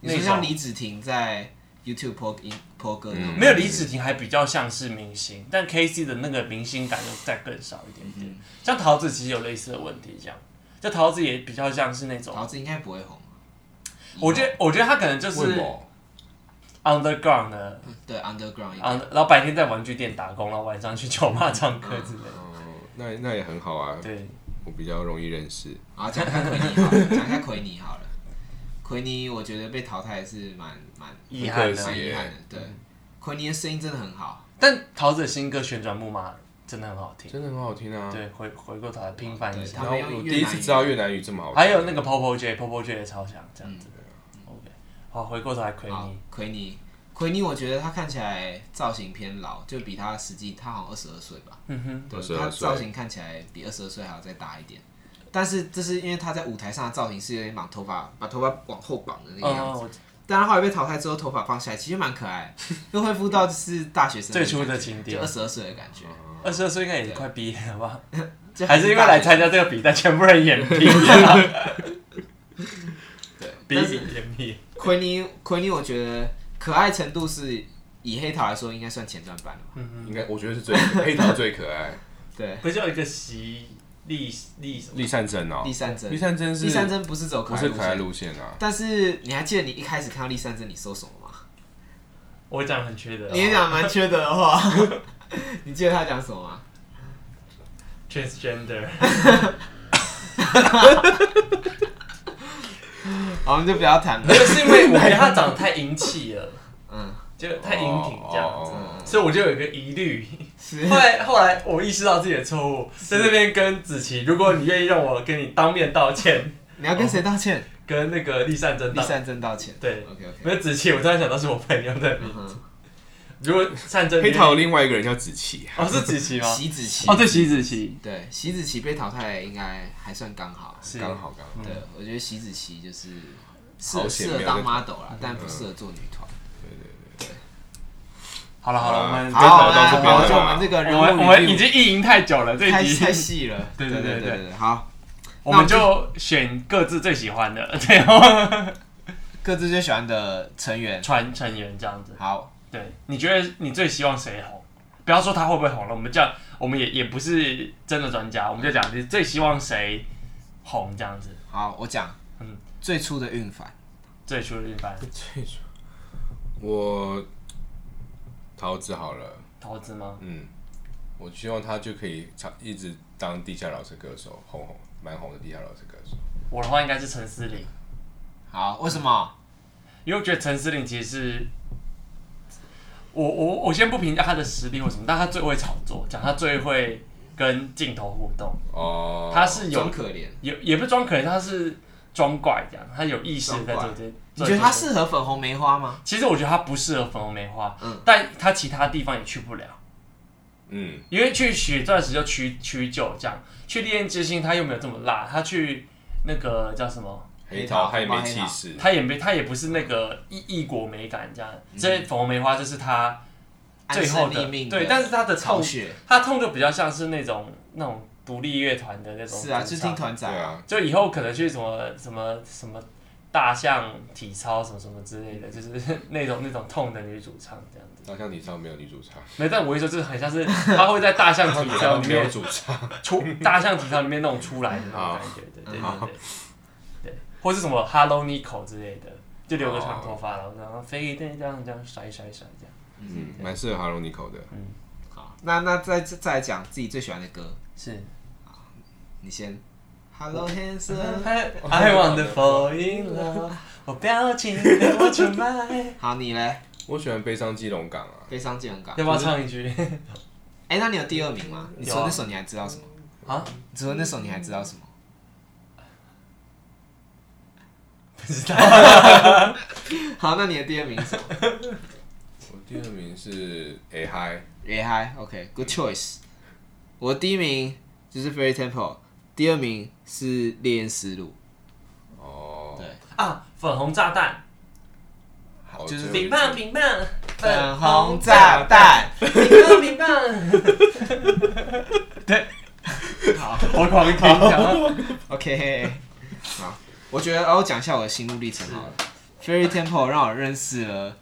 A: 你
C: 那
A: 说
C: 种嗯
A: 像李子婷在 YouTube 播音播歌那种，
C: 没有李子婷还比较像是明星，但 K C 的那个明星感又再更少一点
B: 嗯
C: 点。像桃子其实有类似的问题，这样，就桃子也比较像是那种，
A: 桃子应该不会红。
C: 我觉得我觉得他可能就
B: 为什
C: 是
B: 么？
C: underground 的，
A: 对 Underground 一
C: 啊，然后白天在玩具店打工，然后晚上去酒吧唱歌之类的。
B: 哦那那也很好啊，
C: 对，
B: 我比较容易认识。
A: 好，讲一下奎尼好了，讲一下奎尼好了。奎尼，我觉得被淘汰是蛮蛮
C: 遗憾啊
B: 很可
C: 的
A: 蛮
B: 惜。
A: 遗憾的。对，奎尼的声音真的很好，
C: 但桃子的新歌《旋转木马》真的很好听，
B: 真的很好听啊！
C: 对，回回过头来平凡一下
A: 对。
B: 然后
A: 他们
B: 我
A: 用
B: 第一
A: 越南
B: 次
A: 语
B: 知道越南语这么好听，
C: 还有那个 Popo J，Popo J 也超强，这样子。OK，好，回过头来亏
A: 嗯好
C: 你。，
A: 奎尼，奎尼，我觉得他看起来造型偏老，就比他实际他好像二十二岁吧，
C: 嗯哼，
A: 对，
B: 22
A: 他
B: 岁
A: 造型看起来比二十二岁还要再大一点。但是这是因为他在舞台上的造型是有点绑头发，把头发往后绑的那个样子。
C: 嗯，我
A: 但他后来被淘汰之后，头发放下来，其实蛮可爱， 又恢复到就是大学生
C: 最初
A: 的
C: 的
A: 感
C: 情
A: 觉，就
C: 调
A: 二。十二岁的感觉。
C: 哦二十二岁应该也快毕业了吧？
A: 就
C: 还是因为
A: 大学
C: 来
A: 生
C: 参加这个比赛，全部人眼皮啊，
A: 对，
C: 鼻
A: 但是
C: 影眼皮。
A: 奎尼奎尼，我觉得可爱程度是以黑桃来说，应该算前段班了吧？
B: 应该我觉得 是最黑桃最可爱，
A: 对，
C: 不是有一个习力力什么？
B: 立善真哦
A: 第，三针
B: 立，善真是
A: 第三针不是走可
B: 不
A: 爱
B: 是
A: 路
B: 可爱
A: 线，
B: 路线啊？
A: 但是你还记得你一开始看到第三针，你说什么吗？
C: 我讲很缺德哦。
A: 你也讲蛮缺德的 话，你记得他讲什么吗？
C: transgender，
A: 好，我们就不要谈
C: 没
A: 了。
C: 有是因为我觉得他长得太英气了，
A: 嗯，
C: 就太英挺这样子，
B: 哦
C: 所以我就有一个疑虑。
A: 是
C: 后来后来我意识到自己的错误，在这边跟子琪，如果你愿意让我跟你当面道歉，
A: 你要跟谁道歉？
C: 跟那个立善真
A: 第
C: 哦道，
A: 三针道歉。
C: 对，
A: OK OK。
C: 没有子琪，我突然想到是我朋友的名
A: 嗯哼，
C: 如果善真
B: 黑桃有另外一个人叫子琪，啊
C: 哦是子琪吗？
A: 席子琪
C: 哦，对，席子琪，
A: 对，席子琪被淘汰应该还算刚好。
C: 是
B: 刚好刚好，
A: 对，我觉得席子琪就是适
B: 好险
A: 适合
B: 没有
A: 当
B: 在
A: model 啦，但不适合做女团。
C: 好了好了，我们
B: 好
A: 好，
B: 真的
A: 那
B: 到这边
A: 我
B: 了
A: 就我们这个人
C: 我们我
A: 物
C: 们
A: 履
C: 已
A: 历
C: 经意淫太久了，这
A: 太
C: 一
A: 太
C: 集
A: 细了。
C: 对
A: 对
C: 对对
A: 对对，好，
C: 我们就选各自最喜欢的，对 哦，
A: 各自最喜欢的成员。
C: 传成员这样子。
A: 好，
C: 对，你觉得你最希望谁红？不要说他会不会红了，我们这样，我们也也不是真的专家，我们就讲你最希望谁红这样子。
A: 好，我讲
C: 嗯，
A: 最初的运凡。
C: 最初的一般
B: 最初我桃子好了，
C: 桃子吗？
B: 嗯，我希望他就可以唱一直当地下老师歌手，红红蛮红的地下老师歌手。
C: 我的话应该是陈思玲，
A: 好，为什么？
C: 因为我觉得陈思玲其实是，我我我先不评价她的实力或什么，但她最会炒作，讲她最会跟镜头互动，
B: 哦，
C: 她是有
A: 装可怜。
C: 也也不是装可怜，她是装怪这样，她有意识在
A: 装
C: 做
A: 怪
C: 这。
A: 你觉得他
C: 做这
A: 适合粉红梅花吗？
C: 其实我觉得他不适合粉红梅花，
A: 嗯
C: 但他其他地方也去不了，
B: 嗯，
C: 因为去许钻石就曲曲酒这样，去烈焰之心他又没有这么辣，他去那个叫什么，
B: 黑桃他也
A: 黑
B: 没
A: 桃
B: 气势，
C: 他也没他也不是那个异异国美感这样，所以粉红梅花就是他最
A: 嗯
C: 后
A: 安身
C: 的
A: 立命
C: 对，但是他的
A: 巢
C: 痛，
A: 穴
C: 他痛就比较像是那种那种独立乐团的那种主
A: 是
C: 唱，
A: 啊，就听团
B: 对
A: 仔，
B: 啊，
C: 就以后可能去什么什么什么大象体操什么什么之类的，就是 那种那种痛的女主唱这样子。
B: 大象体操没有女主唱，
C: 没，但我一说就是很像是她会在大象体操里
B: 没有
C: 面
B: 主唱，
C: 出大象体操里面那种出来的那种感觉，对对对对
B: 好
C: 对，对，或是什么 Hello Nico 之类的，就留个长头发，然后然后飞这样这样这样甩甩甩这样。
B: 嗯，蛮适合哈罗尼口的。
A: 好，那那再再来讲自己最喜欢的歌，
C: 是
A: 你先。Hello handsome。
C: I want to fall in love，我表情被我出卖。
A: 好，你嘞？
B: 我喜欢悲伤基隆港啊，
A: 悲伤健港。
C: 要不要唱一句？
A: 哎、那你有第二名吗？你除了那首你还知道什么？
C: 啊？
A: 你除了那首你还知道什么？
C: 不知道。
A: 好，那你的第二名是什么
B: 我第二名是 A Hi，
A: 也还 OK，Good choice。我的第一名就是 Fairy Temple，第二名是烈焰丝路。
B: 哦，
A: 对，
C: 啊，粉红炸弹，
B: 好
A: 就是
B: 这
C: 冰
B: 个
C: 棒冰棒，
A: 粉红炸， 弹。
C: 冰棒冰棒。对，好，我狂听，然后
A: OK，好，我觉得哦，我讲一下我的心路历程好了。Fairy Temple 让我认识了，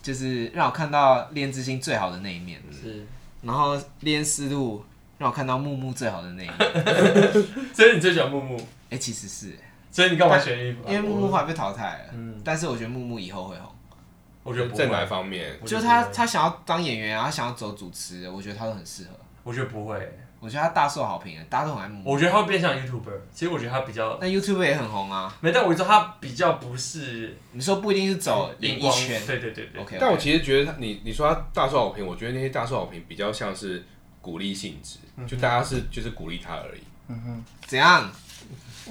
A: 就是让我看到恋之心最好的那一面，
C: 是，
A: 然后恋丝路让我看到木木最好的那一面。 哎、
C: 所以你最喜欢木木，
A: 其实是
C: 所以你干嘛选衣服啊？
A: 因为木木后来被淘汰了，
C: 嗯
A: 但是我觉得木木以后会红，
C: 我觉得不
B: 在哪
C: 会，
B: 方面？
C: 我觉
A: 就
C: 得
A: 他
C: 不会
A: 他想要当演员啊，他想要走主持，我觉得他都很适合。
C: 我觉得不会，
A: 我觉得他大受好评，大家都很爱木木。
C: 我觉得他会变像 YouTuber。其实我觉得他比较，
A: 那 YouTube 也很红啊，
C: 没，但我说他比较不是
A: 你说不一定是走演
C: 荧
A: 艺
C: 光
A: 圈
C: 对对对对。
A: ，OK，
B: 但我其实觉得他你你说他大受好评，我觉得那些大受好评比较像是鼓励性质，就大家是就是鼓励他而已。
A: 嗯怎样？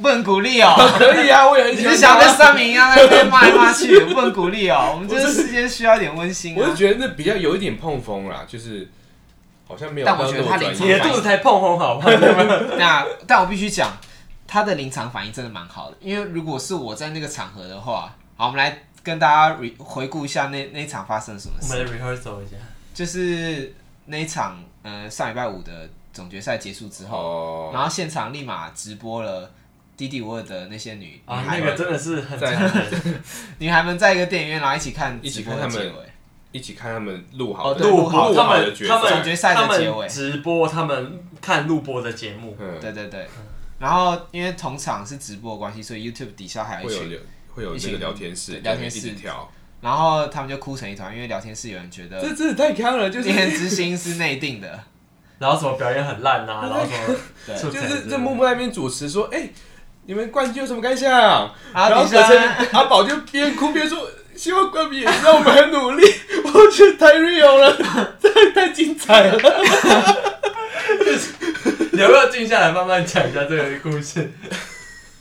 A: 不能鼓励哦。
B: 可以啊，我也很
A: 你
B: 喜欢
A: 是
B: 他
A: 想跟三明一样在那边骂来骂 去，不能鼓励哦。我们这个世界需要一点温馨
B: 我是
A: 啊。
B: 觉得那比较有一点碰风啦，就是好像没有
A: 但
B: 到
A: 我
B: 那
A: 觉得
B: 么
A: 他
B: 专
A: 领
C: 你的
B: 业
A: 先。
C: 肚子才碰红好 吗？
A: 那但我必须讲，他的临场反应真的蛮好的，因为如果是我在那个场合的话，好，我们来跟大家 re- 回顾一下那那一场发生了什么
C: 我们
A: 事。
C: 来 rehearsal 一下。
A: 就是那一场，呃，上礼拜五的总决赛结束之后，
B: 哦，
A: 然后现场立马直播了。迪迪沃的那些女
C: 啊
A: 女，孩
C: 那
A: 们，
C: 个真的是很
B: 在
C: 残忍。
A: 女孩们在一个电影院，然后一起看
B: 一起
A: 直播
B: 看
A: 的
B: 他
A: 结
B: 们
A: 尾，
B: 一起看他们录好
A: 哦
B: 的
A: 对录好
B: 好
A: 的
C: 他
B: 的
C: 们
B: 决
C: 他们
A: 总
B: 赛，
A: 决赛的结尾
C: 他们直播，他们看录播的节目，
B: 嗯，
A: 对对对。然后因为同场是直播的关系，所以 YouTube 底下还有
B: 会
A: 一
B: 有
A: 群，
B: 聊会有
A: 一
B: 那
A: 群
B: 个聊天室，
A: 聊天室
B: 一起跳，
A: 然后他们就哭成一团，因为聊天室有人觉得
B: 这真的太坑了，就
A: 《
B: 是
A: 恋之心》是内定的，
C: 然后什么表演很烂啊，然后什么
A: 对
C: 出
B: 就
C: 彩
B: 是
C: 之
B: 在
C: 类的
B: 默默那边主持说，哎，你们冠军有什么感想？
A: 然
B: 然
A: 后
B: 后
A: 底下
B: 可是阿宝就边哭边说。希望冠军也知道我们很努力，我觉得太 real 了， 太太精彩了。
C: 你要不要静下来慢慢讲一下这个故事？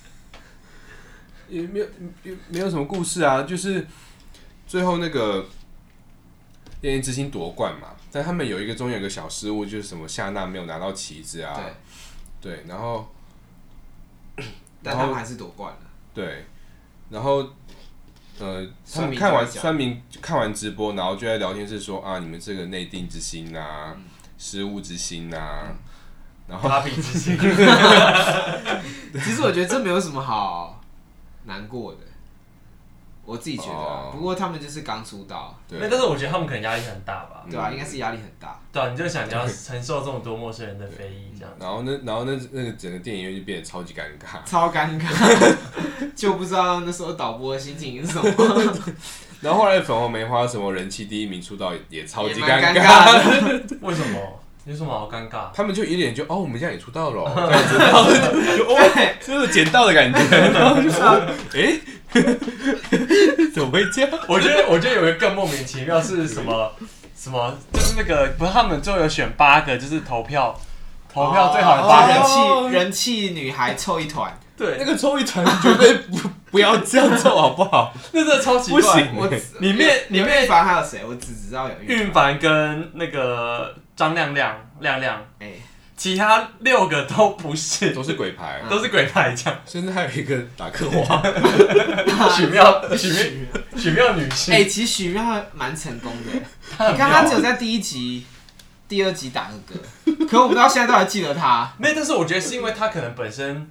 B: 也没有也没有什么故事啊，就是最后那个烈焰之心夺冠嘛，但他们有一个中间有一个小失误，就是什么夏娜没有拿到旗子啊，
A: 对，
B: 对，然后
A: 但他们还是夺冠了。
B: 对，然后呃，他
A: 酸民
B: 们看完
A: 就在讲
B: 酸民看完直播，然后就在聊天室说啊，你们这个内定之心啊，
A: 嗯
B: 失误之心啊，然
A: 哦
B: 后
C: 芭比之 心，
A: 其实我觉得这没有什么好难过的，我自己觉得啊
B: 哦。
A: 不过他们就是刚出道，
B: 对
C: 那但是我觉得他们可能压力很大吧。
A: 对吧？
B: 嗯
A: 应该是压力很大。
C: 对啊，你就想你要承受这么多陌生人的非议，这样
B: 然后那然后那那个整个电影院就变得超级尴尬，
A: 超尴尬， 就不知道那时候导播的心情是什么，
B: 然后后来粉红梅花什么人气第一名出道也超
A: 也
B: 级
A: 蛮尴
B: 尬，
A: 尬的。
C: 为什么？有什么好尴 尬？
B: 他们就一脸就哦，我们现在也出道了哦， 这样子，然后就就哦，就是捡到的感觉，然后就说 哎， 怎么会这样？
C: 我觉得，我觉得有一个更莫名其妙是什 么？什么？就是那个不是他们最后有选八个，就是投票，投票最好的八
A: 把
C: 个
A: 人
B: 哦。
A: 气人气女孩凑一团，
C: 对，
B: 那
C: 那
B: 个抽一团绝对不不要这样做好不好？
C: 那真的超奇怪。
B: 不行
A: 我
C: 里面里
A: 里
C: 面
A: 面凡还有谁？我只知道有玉
C: 运
A: 凡。
C: 凡跟那个张亮亮亮亮，
A: 哎，
C: 其他六个都不是，
B: 都是鬼牌，
C: 都是鬼牌这样。
B: 甚至还有一个打客 花，
C: 许妙许妙许妙女性，
A: 哎，其实许妙蛮成功的，
C: 很
A: 哎 你看他
C: 妙
A: 只有在第一集、第 二集打个嗝，可我们到现在都还记得他。
C: 没有，但是我觉得是因为他可能本身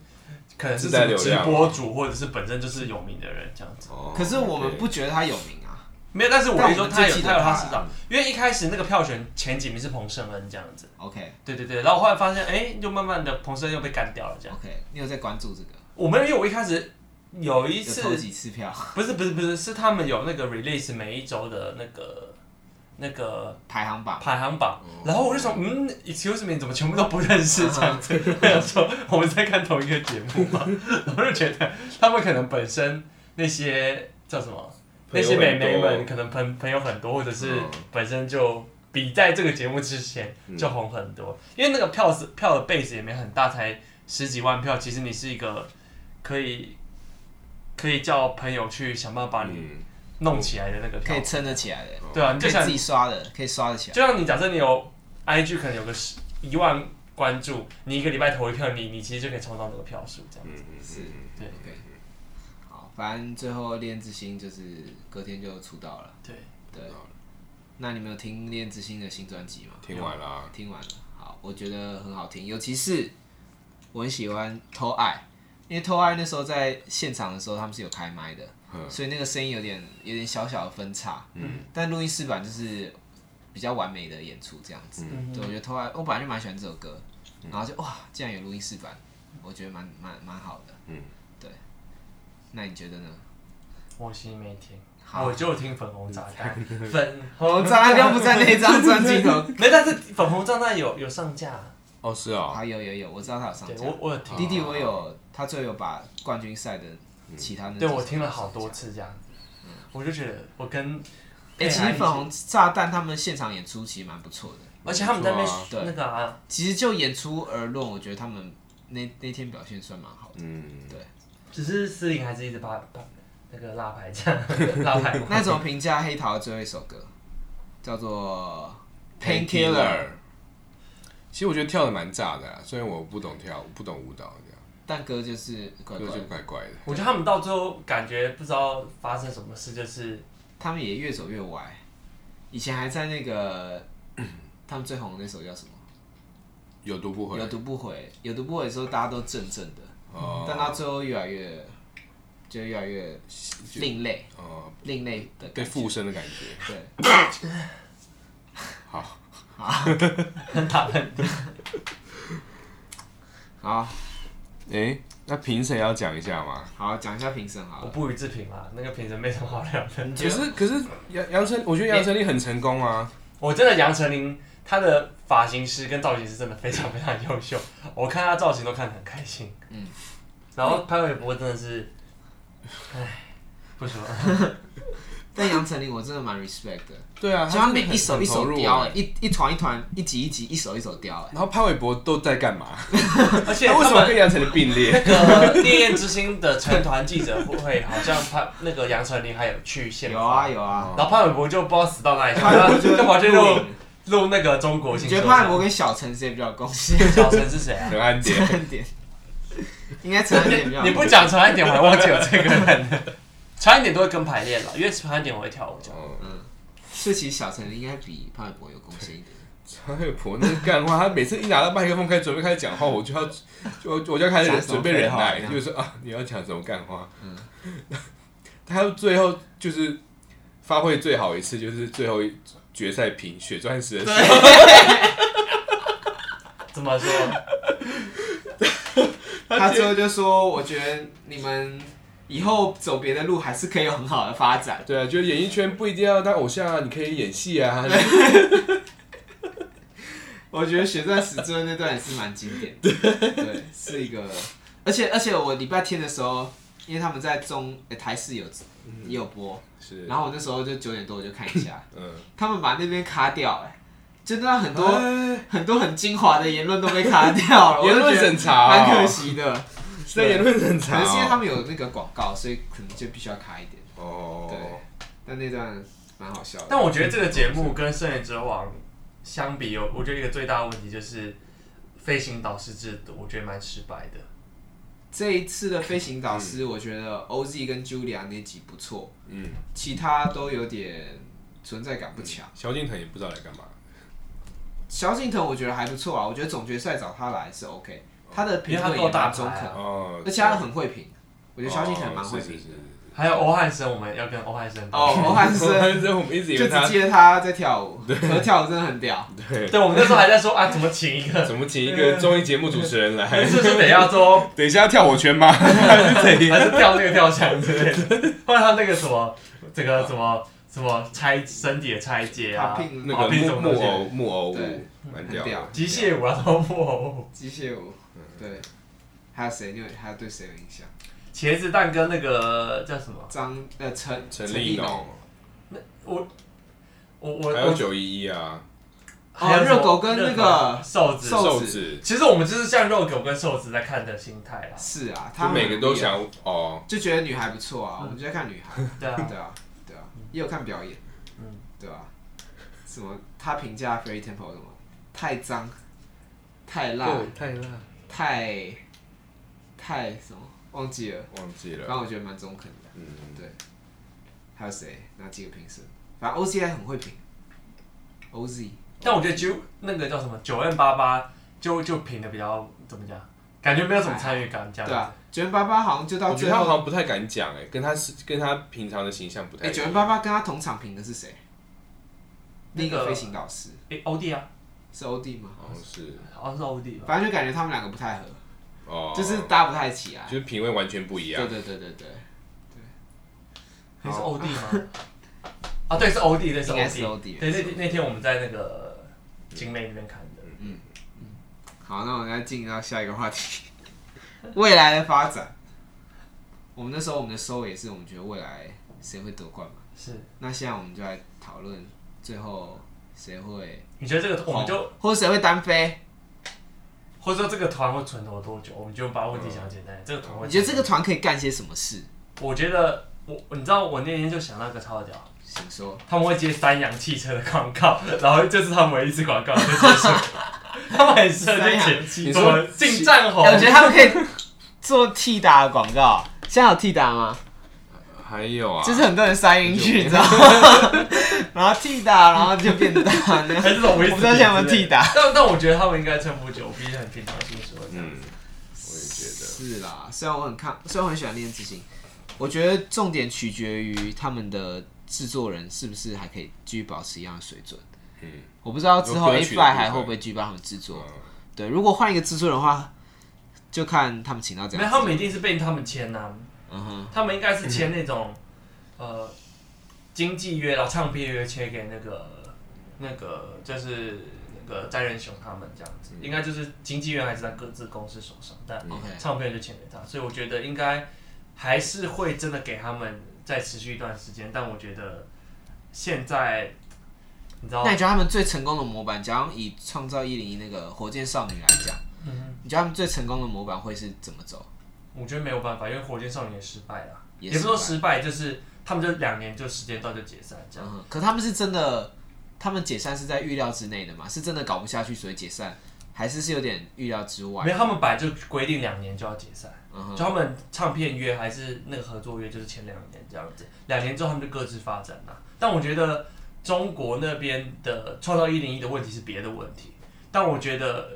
C: 可能是
B: 自带
C: 什么
B: 流
C: 直
B: 量
C: 播主，或者是本身就是有名的人这样子。
B: 哦
A: 可是我们
B: OK
A: 不觉得他有名啊，
C: 没有，但是我跟你
A: 但
C: 说，
A: 我们
C: 他有
A: 就记得
C: 他有他
A: 他
C: 市长，因为一开始那个票选前几名是彭胜恩这样子，
A: OK
C: 对对对，然后后来发现，哎，就慢慢的彭胜恩又被干掉了这样。
A: OK，你有在关注这个？
C: 我们因为我一开始有一
A: 有
C: 次
A: 投几次票？
C: 不是不是不是，是他们有那个 release 每一周的那个那个
A: 排行榜
C: 排行
B: 哦
C: 榜，然后我就想，嗯，excuse me，怎么全部都不认识这
B: 啊
C: 样子？ 我想说我们在看同一个节目 嘛，我就觉得他们可能本身那些叫什么
B: 朋
C: 那
B: 友
C: 些
B: 很多
C: 美眉们，可能朋朋友很多，或者是
B: 嗯
C: 本身就。比在这个节目之前
B: 嗯
C: 就红很多，因为那个票是票的 base 也没很大，才十几万票。其实你是一个可以可以叫朋友去想办法把你
B: 嗯，
C: 弄起来的那个
A: 可
C: 票
A: 以，撑得起来的，
C: 对啊，你
A: 可
C: 就
A: 以
C: 像
A: 自己刷的，可以刷得起来。
C: 就像你假设你有 IG 可能有个十一万关注，你一个礼拜投一票，你你其实就可以冲到那个票数这样。
B: 嗯嗯
A: 是
B: 嗯
C: 对
A: 好，反正最后恋之星就是隔天就出道了。
B: 嗯
C: 对，
A: 对，那你们有听恋之星的新专辑吗？
B: 听完了啊，
A: 听完了，好，我觉得很好听，尤其是我很喜欢《偷爱》，因为《偷爱》那时候在现场的时候他们是有开麦的，
B: 嗯
A: 所以那个声音有点有点小小的分叉，嗯，但录音室版就是比较完美的演出这样子，
C: 嗯
A: 对我觉得《偷爱》我本来就蛮喜欢这首歌，然后就哇，竟然有录音室版，我觉得蛮蛮蛮好的，
B: 嗯，
A: 对，那你觉得呢？
C: 我其实没听，
A: 好
C: 我就听粉红炸弹，粉红
A: 我炸弹不在那张专辑 头，
C: 没，但是粉红炸弹有有上架，
B: 哦是哦，
A: 好有有有，我知道他有上
C: 对
A: 架
C: 我。我有听，
A: 弟弟，我有，他最后有把冠军赛的其他那
C: 对
A: 几
C: 我
A: 场
C: 听了
A: 都
C: 好
A: 上
C: 多
A: 架。
C: 次这样子，我就觉得我跟
A: 哎、其
C: 佩
A: 实
C: 涵一起
A: 粉红炸弹他们现场演出其实蛮不错的。
C: 而且他们在那边
B: 不
A: 错啊
C: 那个啊，
A: 其实就演出而论，我觉得他们那那天表现算蛮好的。
B: 嗯，
C: 只是思玲还是一直把把那个拉牌这 样拉牌嘛，
A: 那怎么评价黑桃的最后一首歌？叫做
B: Painkiller
A: Painkiller，
B: 其实我觉得跳的蛮炸的啊，虽然我不懂跳，不懂舞蹈这
A: 但歌就是怪怪
B: 样，就就
A: 的，
B: 怪怪的。
C: 我觉得他们到最后感觉不知道发生什么事，就是
A: 他们也越走越歪。以前还在那个他们最红的那首叫什么？
B: 有读不回
A: 有，读不回，有读不回的时候大家都正正的，
B: 哦
A: 但他最后越来越就越来越
B: 就
A: 另类，
B: 哦
A: 另类的
B: 被
A: 感觉。
B: 附身的感觉。
A: 对，
B: 好，
C: 很打喷
A: 好
B: 哎，那评审要讲一下吗？
A: 好讲一下评审好
C: 我
A: 了。
C: 不予置评啦，那个评审没什么好聊的。
A: 你觉
B: 可
A: 得
B: 是可是杨杨丞，我觉得杨丞琳很成功啊。
C: 我真的杨丞琳，她的发型师跟造型师真的非常非常优秀， 我看她造型都看得很开心。
A: 嗯，
C: 然后潘玮柏真的是，唉，不说 了。
A: 但杨丞琳我真的蛮 respect 的，
B: 对啊，
A: 就他
B: 真的
A: 每一首
B: 很
A: 一
B: 投
A: 首
B: 入
A: 雕
B: 欸
A: 哎，一一团一团，一集一集，一首一首雕哎。
B: 然后潘玮柏都在干嘛？
C: 而且
B: 他为
C: 他
B: 什么
C: 们
B: 跟杨丞琳并列？
C: 那个《烈焰之星》的成团记者会，好像潘那个杨丞琳还有去现
A: 有
C: 场，
A: 啊有啊，
C: 然后潘玮柏就不知道死到哪里去，
A: 潘玮柏就
C: 了，就跑去
A: 录
C: 录
A: 影
C: 录那个中国
A: 你
C: 新
A: 觉
C: 说
A: 得
C: 唱。
A: 潘玮柏跟小陈谁比较有贡献？
C: 小陈是谁啊？
B: 刘安杰
A: 陈汉典， 应该陈汉典比较。
C: 你不讲传一点，我还忘记有这个人了。传一点都会跟排练了，因为传一点我会跳舞这样。
B: 哦，
A: 所以其实小陈应该比潘玮柏有贡献一点。
B: 潘玮柏那是干话，他每次一拿到麦克风开始准备开始讲话，我就要就我就要开
A: 讲
B: 始
A: 什么
B: 准备忍耐
A: 废，话
B: 就是说啊，你要讲什么干话？
A: 嗯
B: 他最后就是发挥最好一次，就是最后一决赛评血钻石的时候，
C: 怎么说？
A: 他最后就说：“我觉得你们以后走别的路还是可以有很好的发展。
B: 对啊，就是演艺圈不一定要当偶像啊，你可以演戏 啊。”
A: 我觉得《血钻石》最后那段也是蛮经典的，对，是一个，而且而且我礼拜天的时候，因为他们在中、诶台视有也有播，
B: 是，
A: 然后我那时候就九点多我就看一下，
B: 嗯，
A: 他们把那边卡掉、哎，真的很多、
B: 哎
A: 很多很精华的言论都被卡掉了，
B: 言论审查
A: 我就觉得蛮
B: 哦
A: 可惜的，
B: 是在言论审
A: 可
B: 查
A: 能是因为
B: 哦
A: 他们有那个广告，所以可能就必须要卡一点，
B: 哦，
A: 但那段蛮好笑的。
C: 但我觉得这个节目跟《圣人之王》相比，有我觉得一个最大的问题就是飞行导师制度，我觉得蛮失败的。
A: 这一次的飞行导师，我觉得 OZ 跟 Julia 那集不错，
B: 嗯，
A: 其他都有点存在感不强。
B: 萧敬腾也不知道来干嘛。
A: 萧敬腾我觉得还不错啊，我觉得总决赛找他来是 OK，他的评
C: 因为他
A: 论
C: 够
A: 也
C: 大
A: 蛮中
C: 牌
A: 肯
C: 啊，
B: 哦，
A: 而且他很会评，我觉得萧敬腾蛮会
B: 哦是
A: 评
B: 是是
A: 的。
C: 还有欧汉生，我们要跟欧汉生
A: 哦，
C: 道
A: 罗汉
B: 是
A: 生
B: 是我们一直以
A: 就
B: 为他
A: 只记得他在跳 舞，可是跳舞真的很屌。
B: 对
C: 歉，对，我们那时候还在说啊，怎么请一 个，
B: 怎么请一个综艺节目主持人来？
C: 是不是得要说
B: 等一下要跳 火圈吗？还是怎样？
C: 还是跳那个跳墙之类的？ 后来他那个什么，这个什么什么拆身体的拆解啊，
A: Popping
B: 那
C: 哦
B: 个
C: 毕
B: 木木
C: 竟这种东西
B: 偶木偶舞
A: 对
B: 蛮
A: 很
B: 屌
A: 屌
B: 的，嗯
C: 机械舞啊，什么木偶舞，
A: 机械舞，对。还有谁？你有还有对谁有印象？
C: 茄子蛋跟那个叫什么？
A: 张呃陈
B: 陈
A: 立
B: 立农，
C: 我我我
B: 还有
C: 我
B: 九一一啊，
C: 还有
A: 哦
C: 什么
A: 热狗跟那个
C: 热狗瘦子。
A: 瘦
B: 瘦
A: 子
B: 子，
C: 其实我们就是像肉狗跟瘦子在看的心态啦，
A: 是啊，他
B: 就
A: 们
B: 每个都想哦，
A: 就觉得女孩不错
B: 嗯
A: 啊，我们就在看女孩，
C: 对啊，
A: 对啊，对啊，也有看表演，
C: 嗯
A: 对啊，什么他评价 Free Temple 什么太脏、太辣、
C: 啊
B: 太辣，
A: 太太什么忘记了，
B: 忘记
A: 反
B: 了，
A: 正我觉得蛮中肯的。
B: 嗯，
A: 还有谁？哪几个评审？反正 OZ 还很会评，OZ
C: 但我觉得九那个叫什么九 N 八八就就评的比较怎么讲，感觉没有什么参与感，这样
A: 对啊，九零八八好像就到
B: 我觉
A: 最
B: 得他好
A: 后，
B: 像不太敢讲哎，跟他是跟他平常的形象不太
A: 哎，
B: 一
A: 九
B: 样
A: 零。八八跟他同场评的是谁？另一
C: 那
A: 个
C: 个
A: 飞行老师
C: 诶欧弟啊，
A: 是 OD 吗？
B: 好像哦是
C: 好像是欧弟吧。
A: 反正就感觉他们两个不太合，
B: 哦，
A: 就是搭不太起来。
B: 就是品味完全不
A: 对
B: 一样。
A: 对对对对，
C: 你是欧弟吗？啊，对，是欧弟，对，是
A: 应该是
C: 欧
A: OD
C: 对，那那天我们在那个景美那边看的，
A: 好，那我们再进到下一个话题， 未来的发展。我们那时候我们的收尾也是，我们觉得未来谁会夺冠嘛？
C: 是。
A: 那现在我们就来讨论最后谁会
C: 你觉得这个我们就，
A: 或者谁会单飞？
C: 或者说这个团会存活多久？我们就把问题想简单，这个团会。
A: 你觉得这个？团可以干些什么事？
C: 我觉得我，你知道我那天就想到一个超屌，
A: 请说。
C: 他们会接三洋汽车的广告， 然后就是他们唯一一次广告就结束。 他们很适合
A: 三洋
C: 就
B: 你
C: 写什
B: 说
C: 么进战红
A: 哎，我觉得他们可以做替打的广告。现在有替打吗？
B: 还有啊，
A: 就是很多人塞进
C: 啊
A: 去，你知道吗？ 然后替打，然后就变大那样。
C: 还是什么维
A: 我不知道现在有没有替打。
C: 但但我觉得他们应该撑不久，毕竟很平常心说这样
B: 嗯，我也觉得
A: 是啦，虽然我很看，虽然我很喜欢《恋之行》，我觉得重点取决于他们的制作人是不是还可以继续保持一样的水准。
B: 嗯，
A: 我不知道之后
B: 有
A: A
B: 歌曲
A: f
B: 的
A: i
B: 部分
A: 还会不会继续帮他们制作。
B: 嗯
A: 对，如果换一个制作人的话，就看他们请到怎
C: 没
A: 样
C: 有，
A: 的制作
C: 他们
A: 人。
C: 一定是被他们签呐、
A: 嗯哼，
C: 他们应该是签那种、呃经纪约，然后唱片约签给那个那个就是那个詹仁雄他们这样
A: 嗯
C: 子，应该就是经纪约还是在各自公司手上，但
A: OK
C: 唱片就签给他，所以我觉得应该还是会真的给他们再持续一段时间，但我觉得现在你知道
A: 那你觉得他们最成功的模板，假如以创造一零一那个火箭少女来讲，
C: 嗯
A: 你觉得他们最成功的模板会是怎么走？
C: 我觉得没有办法，因为火箭少年也失败了，
A: 也
C: 也不是说
A: 失
C: 失败，就是他们就两年就时间到就解散这样。
A: 嗯哼，可他们是真的，他们解散是在预料之内的嘛？是真的搞不下去所以解散，还是是有点预料之外
C: 没？有，他们本来就规定两年就要解散，
A: 嗯哼，
C: 就他们唱片约还是那个合作约，就是前两年这样子，两年之后他们就各自发展啦。但我觉得中国那边的创造一零一的问题是别的问题，但我觉得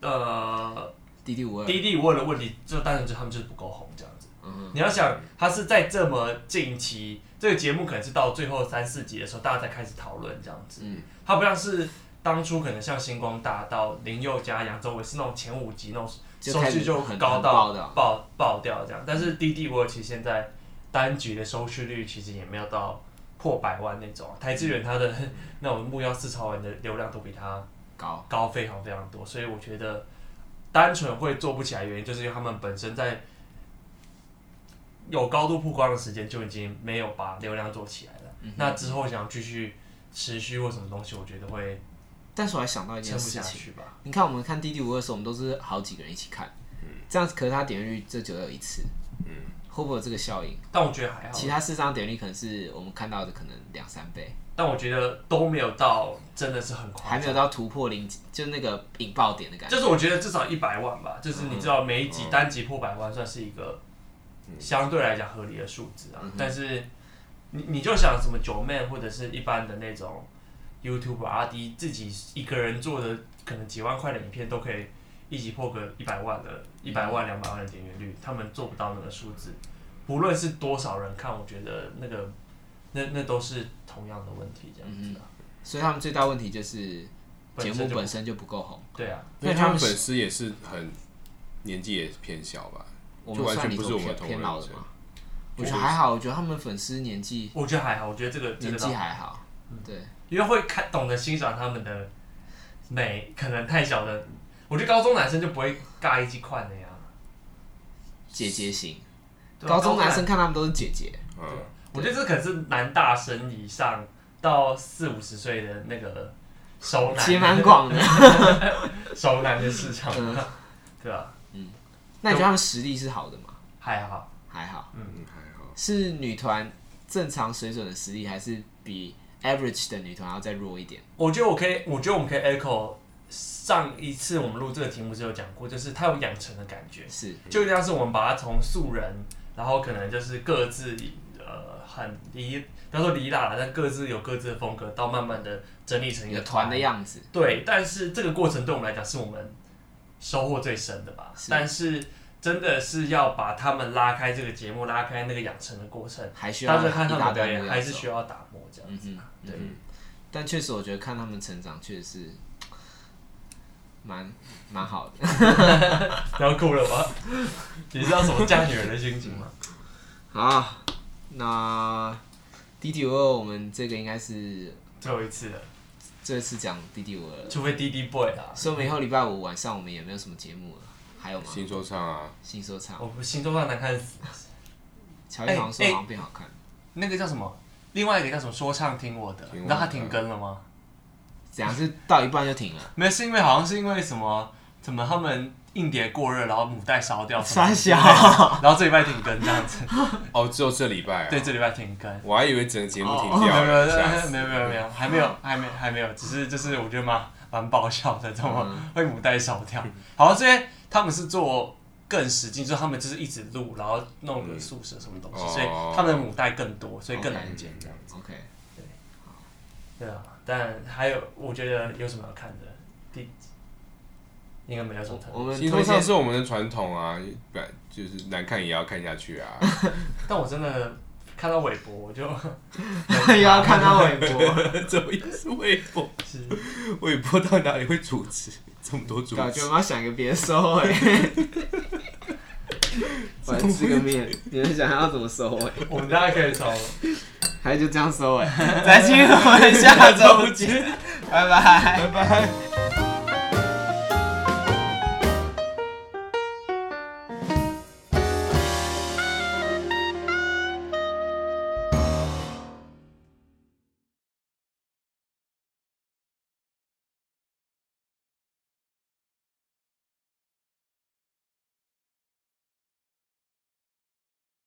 C: 呃，
A: 滴滴五二，
C: 滴滴问的问题就单纯就是他们就是不够红这样子。
A: 嗯哼，
C: 你要想，他是在这么近期，这个节目可能是到最后三四集的时候，大家才开始讨论这样子。
A: 嗯，
C: 它不像是当初可能像星光大道、林宥嘉、杨宗纬是那种前五集那种
A: 就
C: 收
A: 开
C: 视
A: 始
C: 就
A: 很
C: 高
A: 很
C: 到
A: 爆的
C: 爆爆掉这样。但是滴滴我其实现在单局的收视率其实也没有到破百万那种，啊台资源它的
A: 嗯
C: 那种木曜四超玩的流量都比它
A: 高，
C: 高非常非常多，所以我觉得单纯会做不起来，原因就是因为他们本身在有高度曝光的时间就已经没有把流量做起来了。
A: 嗯
C: 那之后想继续持续或什么东西，我觉得会
A: 但是我还想到一
C: 撑
A: 件
C: 不
A: 事
C: 下
A: 情，
C: 去吧。
A: 你看我们看滴滴五二的时候，我们都是好几个人一起看，
C: 嗯
A: 这样可是它点阅率这只有一次，嗯，会不会有这个效应？
C: 但我觉得还好
A: 其，他四张点阅率可能是我们看到的可能两三倍，
C: 但我觉得都没有到真的是很夸
A: 还没有
C: 张。
A: 到突破零，就那个引爆点的感觉。嗯
C: 就是我觉得至少一百万吧，就是你知道每一集单集破百万算是一个相对来讲合理的数字啊。但是你你就想什么九妹或者是一般的那种 YouTube 阿迪自己一个人做的可能几万块的影片都可以一集破个一百万的、一百万、两百万的点阅率，他们做不到那个数字。不论是多少人看，我觉得那个那那都是同样的问题，这样子啊。
A: 所以他们最大问题就是节目
C: 身就
A: 本身就不够红。
C: 对啊，
B: 因
A: 那
B: 为
A: 他
B: 他
A: 们
B: 们
A: 是
B: 粉丝也是很年纪也偏小吧，
A: 我
B: 就
A: 们
B: 完
A: 算
B: 全
A: 里
B: 不是
A: 头
B: 我们
A: 偏
B: 同
A: 偏
B: 人
A: 老的
B: 圈
A: 嘛？我觉
B: 我觉
A: 得
B: 得
A: 还好，我觉得他们粉丝年纪
C: 我觉得还好，我觉得这个这
A: 年
C: 个倒嗯
A: 纪还好，对，
C: 因为会看懂得欣赏他们的美，可能太小的，我觉得高中男生就不会尬一级看的呀。
A: 姐姐型。
C: 对啊
A: 高中男生，看他们都是姐姐，
B: 嗯，
C: 我觉得这可能是男大生以上到四五十岁的那个熟男，
A: 其实蛮广的。
C: 熟男的市场，
A: 嗯
C: 对啊，
A: 那你觉得他们实力是好的吗？
C: 还好，
A: 还好，
B: 嗯还好，
A: 是女团正常水准的实力，还是比 average 的女团要再弱一点？
C: 我觉得我可以，我觉得我们可以 echo 上一次我们录这个题目时候讲过，就是他有养成的感觉，
A: 是，
C: 就像是我们把他从素人，然后可能就是各自呃很离，不要说离啦了，但各自有各自的风格，到慢慢的整理成一
A: 有
C: 个
A: 团的样子，
C: 对，但是这个过程对我们来讲是我们收获最深的吧。
A: 是
C: 但是真的是要把他们拉开这个节目，拉开那个养成的过程，
A: 还需要
C: 但是
A: 一
C: 看他们
A: 大段
C: 的表
A: 的
C: 演
A: 样子
C: 还是需要打磨这样
A: 嗯
C: 子
A: 哼
C: 啊。，
A: 嗯哼。但确实，我觉得看他们成长，确实是蛮蛮好的。
C: 然后哭了吗？你知道什么嫁女儿的心情吗？
A: 好，那滴滴五二，我们这个应该是
C: 最后一次了，
A: 这次讲滴滴五二了，
C: 除非滴滴 boy 啊，
A: 所以我们以后礼拜五晚上我们也没有什么节目了，还有吗？
B: 新说唱啊，
A: 新说唱，
C: 我心中上难看死。
A: 乔伊好像说
C: 哎
A: 好像变好看，
C: 那个叫什么？另外一个叫什么？说唱听我的，
B: 听我的
C: 你知道他停更了吗？
A: 怎样是到一半就 停了？
C: 没有，是因为好像是因为什么？怎么他们硬碟过热，然后母带烧掉什么
A: 三
C: 之类
A: 小
C: 的？，然后这礼拜停更这样子，
B: 哦，只有这礼拜啊，
C: 对，这礼拜停更。
B: 我还以为整个节目停
C: 没
B: 掉
C: 有没有
B: 了，哦吓死
C: 没有没有没有，还没有还没还没有，只是就是我觉得蛮蛮爆笑的，这么会母带烧掉。好，这些他们是做更实际，就是他们就是一直录，然后弄个宿舍什么东西，
B: 嗯
C: 所以他们的母带更多，所以更难剪这样。
A: OK，
C: 对啊，但还有我觉得有什么要看的？第应该没有什么特别
A: 我们
B: 新
A: 推
B: 说唱
A: 荐
B: 是我们的传统啊，不然就是难看也要看下去啊。
C: 但我真的看到韦伯，我就
A: 又要看到韦伯，
B: 怎么又是微博？
C: 是
B: 微博到底哪里会主持？这么多主
A: 感觉
B: 持
A: 我，们要想一个别的收尾。 我来吃个面，你们想要怎么收尾？
C: 我们大家可以从
A: 还是就这样收尾？再见，我们下周见，拜拜。
B: 拜拜。
A: 拜拜。